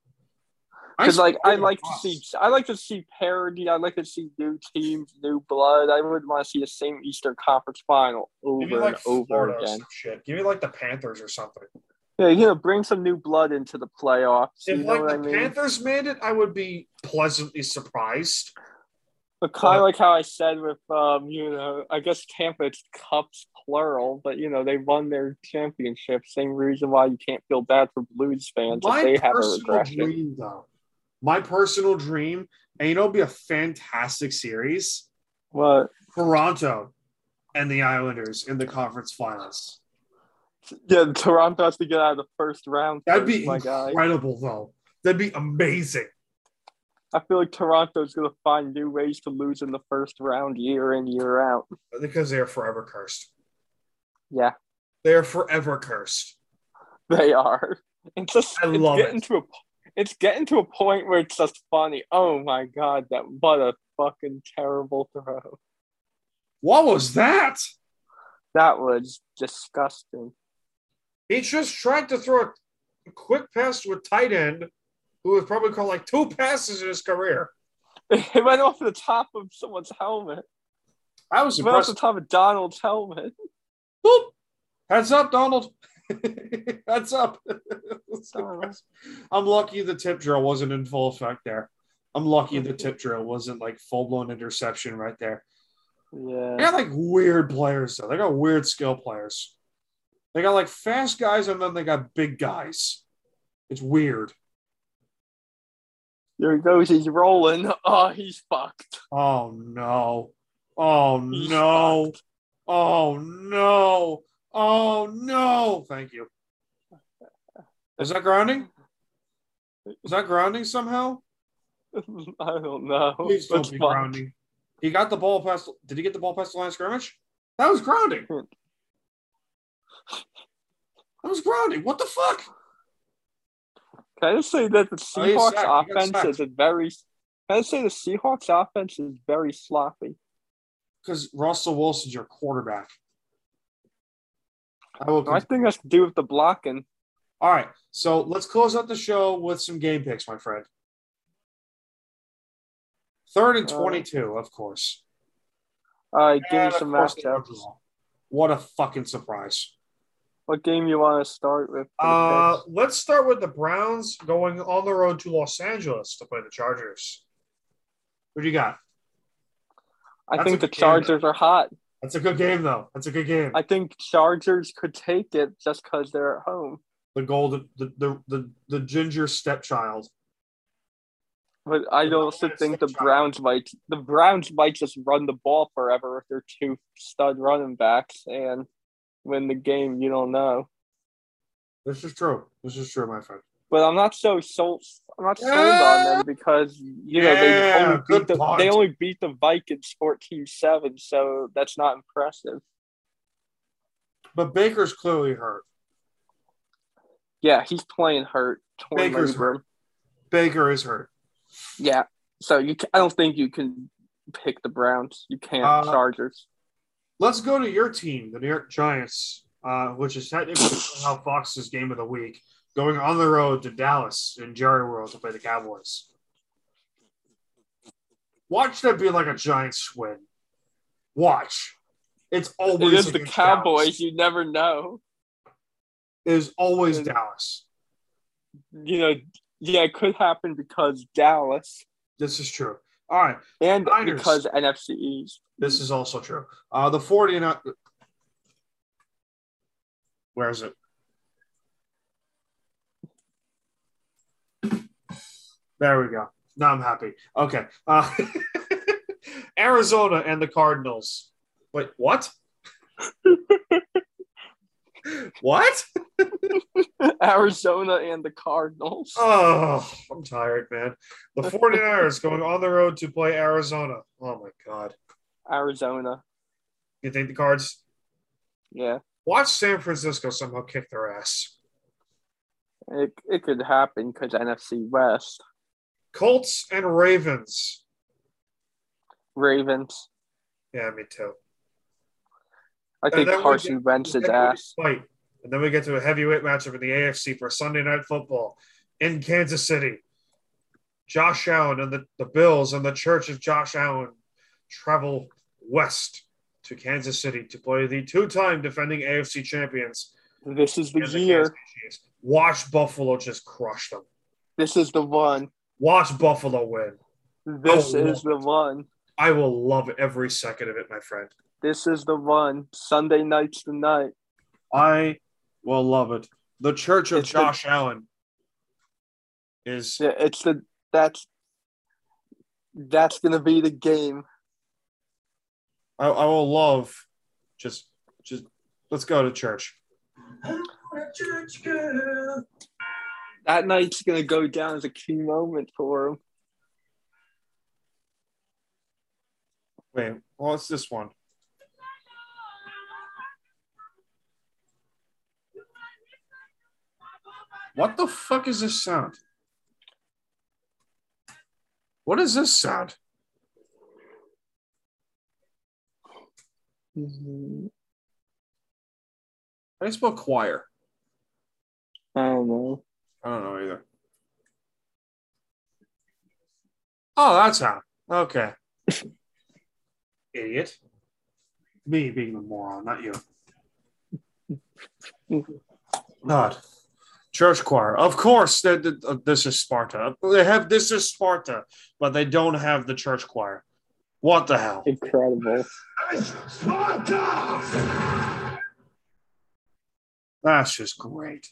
S2: I
S7: Because like I
S2: swear
S7: like to
S2: Ross.
S7: see I like to see parody. I like to see new teams, new blood. I would want to see the same Eastern Conference Final
S2: Give me
S7: over
S2: like
S7: and over
S2: Florida or
S7: again.
S2: some shit. Give me like the Panthers or something.
S7: Yeah, you know, bring some new blood into the playoffs. You
S2: If
S7: know
S2: like
S7: what
S2: the
S7: I mean?
S2: Panthers made it, I would be pleasantly surprised.
S7: But kind
S2: Yeah.
S7: of like how I said with, um, you know, I guess Tampa, it's cups plural, but you know they won their championship. Same reason why you can't feel bad for Blues fans
S2: my
S7: if they have a
S2: personal
S7: regression.
S2: dream, though, my personal dream, and you know, it'd be a fantastic series:
S7: What?
S2: Toronto and the Islanders in the conference finals.
S7: Yeah, Toronto has to get out of the first round.
S2: That'd
S7: first,
S2: be
S7: Oh my guy.
S2: incredible, though. That'd be amazing.
S7: I feel like Toronto's gonna find new ways to lose in the first round, year in year out.
S2: Because they are forever cursed.
S7: Yeah,
S2: They are forever cursed.
S7: they are. It's just
S2: I
S7: it's
S2: love
S7: getting
S2: it.
S7: to a it's getting to a point where it's just funny. Oh my god, that what a fucking terrible throw.
S2: What was that?
S7: That was disgusting.
S2: He just tried to throw a quick pass to a tight end, who was probably caught like two passes in his career.
S7: It went off the top of someone's helmet.
S2: I was
S7: It went off
S2: impressed.
S7: the top of Donald's helmet.
S2: Boop. Heads up, Donald. Heads up.
S7: Donald.
S2: I'm lucky the tip drill wasn't in full effect there. I'm lucky the tip drill wasn't like full blown interception right there. They
S7: Yeah.
S2: got like weird players though. They got weird skill players. They got like fast guys and then they got big guys. It's weird.
S7: There he goes, he's rolling. Oh, he's fucked.
S2: Oh no. Oh
S7: He's
S2: no. Oh no. Oh no. Thank you. Is that grounding? Is that grounding somehow?
S7: I don't know.
S2: Please don't
S7: It's
S2: be
S7: fucked.
S2: grounding. He got the ball past. Did he get the ball past the line of scrimmage? That was grounding.
S7: Hmm.
S2: That was grounding. What the fuck?
S7: Can I just say that the
S2: Oh, he's
S7: Seahawks
S2: sacked. He got sacked.
S7: offense is a very can I say the Seahawks offense is very sloppy.
S2: Because Russell Wilson's your quarterback. I will.
S7: I think that's to do with the blocking.
S2: All right. So let's close out the show with some game picks, my friend. Third and
S7: Uh,
S2: 22, of course.
S7: All right, give
S2: And of
S7: me some
S2: course they
S7: matchups.
S2: overall. What a fucking surprise.
S7: What game you want to start with? for the
S2: Uh,
S7: picks?
S2: let's start with the Browns going on the road to Los Angeles to play the Chargers. What do you got?
S7: I
S2: that's
S7: think
S2: a
S7: the
S2: good game,
S7: Chargers are hot.
S2: That's a good game, though. That's a good game.
S7: I think Chargers could take it just because they're at home.
S2: the golden, the, the the the ginger stepchild.
S7: But I also think the Browns might the Browns might just run the ball forever with their two stud running backs and win the game. You don't know.
S2: This is true. This is true, my friend.
S7: But I'm not so sold. I'm not sold on them because you know
S2: Yeah,
S7: they only
S2: good
S7: beat the,
S2: point.
S7: they only beat the Vikings 14-7, so that's not impressive.
S2: But Baker's clearly hurt.
S7: Yeah, he's playing hurt. Torn
S2: Baker's
S7: labrum.
S2: Baker is hurt.
S7: Yeah, so you ca- I don't think you can pick the Browns. You can't
S2: Uh,
S7: Chargers.
S2: Let's go to your team, the New York Giants, uh, which is technically how Fox's game of the week, going on the road to Dallas in Jerry World to play the Cowboys. Watch that be like a Giants win. Watch. It's always
S7: It is the
S2: against
S7: Cowboys.
S2: Dallas.
S7: You never know.
S2: It is always
S7: It-
S2: Dallas.
S7: You know, yeah, it could happen because Dallas
S2: This is true. All right.
S7: and
S2: Niners.
S7: because NFC East.
S2: This is also true. Uh, the 49 Where is it? There we go. Now I'm happy. Okay. Uh, Arizona and the Cardinals. Wait, what? what?
S7: Arizona and the Cardinals.
S2: Oh, I'm tired, man. The 49ers going on the road to play Arizona. Oh, my God.
S7: Arizona.
S2: You think the Cards
S7: Yeah,
S2: watch San Francisco somehow kick their ass?
S7: it, it could happen because NFC West.
S2: Colts and Ravens.
S7: Ravens.
S2: Yeah, me too.
S7: I think
S2: then we
S7: Carson Wentz's ass.
S2: Fight. And then we get to a heavyweight matchup in the AFC for Sunday Night Football in Kansas City. Josh Allen and the, the Bills and the Church of Josh Allen travel west to Kansas City to play the two time defending AFC champions.
S7: This is the
S2: and
S7: year.
S2: Kansas City Chiefs. Watch Buffalo just crush them.
S7: This is the one.
S2: Watch Buffalo win.
S7: This
S2: Oh,
S7: is the one.
S2: I will love every second of it, my friend.
S7: This is the one. Sunday night's the night.
S2: I will love it. The Church of
S7: It's the-
S2: Josh Allen is
S7: Yeah, It's the that's that's gonna be the game.
S2: I, I will love just just let's go to church.
S7: That night's gonna go down as a key moment for him.
S2: Wait, well it's this one. What the fuck is this sound? What is this sound?
S7: Mm-hmm.
S2: How do you spell choir?
S7: I don't know.
S2: I don't know either. Oh, that's how. Okay. Idiot. Me being the moron, not you. God. Church choir. Of course, that that- uh, this is Sparta. They have this is Sparta, but they don't have the church choir. What the hell?
S7: Incredible.
S2: That's just great.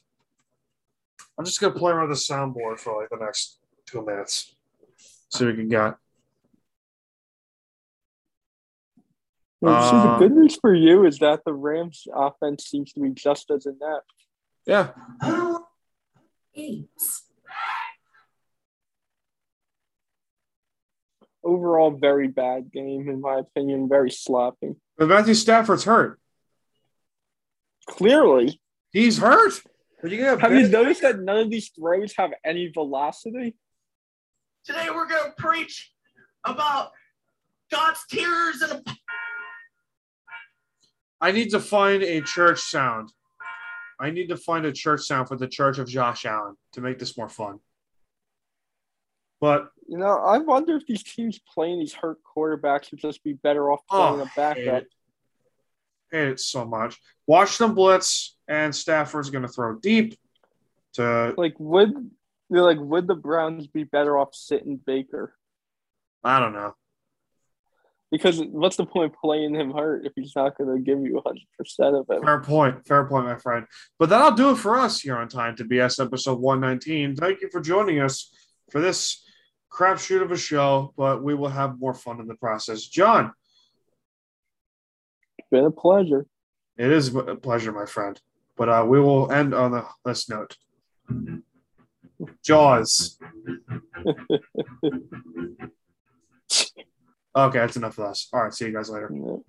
S2: I'm just gonna play around with the soundboard for like the next two minutes. See what we can get.
S7: so the
S2: Uh,
S7: good news for you is that the Rams offense seems to be just as inept.
S2: Yeah.
S7: Overall, very bad game in my opinion. Very sloppy.
S2: But Matthew Stafford's hurt.
S7: Clearly,
S2: He's hurt. But you can have
S7: have you
S2: Ben-
S7: noticed that none of these throws have any velocity?
S8: Today we're going to preach about God's tears and a
S2: I need to find a church sound. I need to find a church sound for the church of Josh Allen to make this more fun. But
S7: You know, I wonder if these teams playing these hurt quarterbacks would just be better off playing
S2: oh,
S7: a
S2: hate
S7: backup.
S2: it. Hate it so much. Washington blitz, and Stafford's going to throw deep to
S7: Like, would you know, like would the Browns be better off sitting Baker?
S2: I don't know.
S7: Because what's the point of playing him hurt if he's not going to give you 100 percent of it?
S2: Fair point. Fair point, my friend. But that'll do it for us here on Time to BS episode 119. Thank you for joining us for this crapshoot of a show, but we will have more fun in the process. John,
S7: it's been a pleasure.
S2: It is a pleasure, my friend. But uh, we will end on the, this note. Jaws. okay, that's enough of us. All right, see you guys later.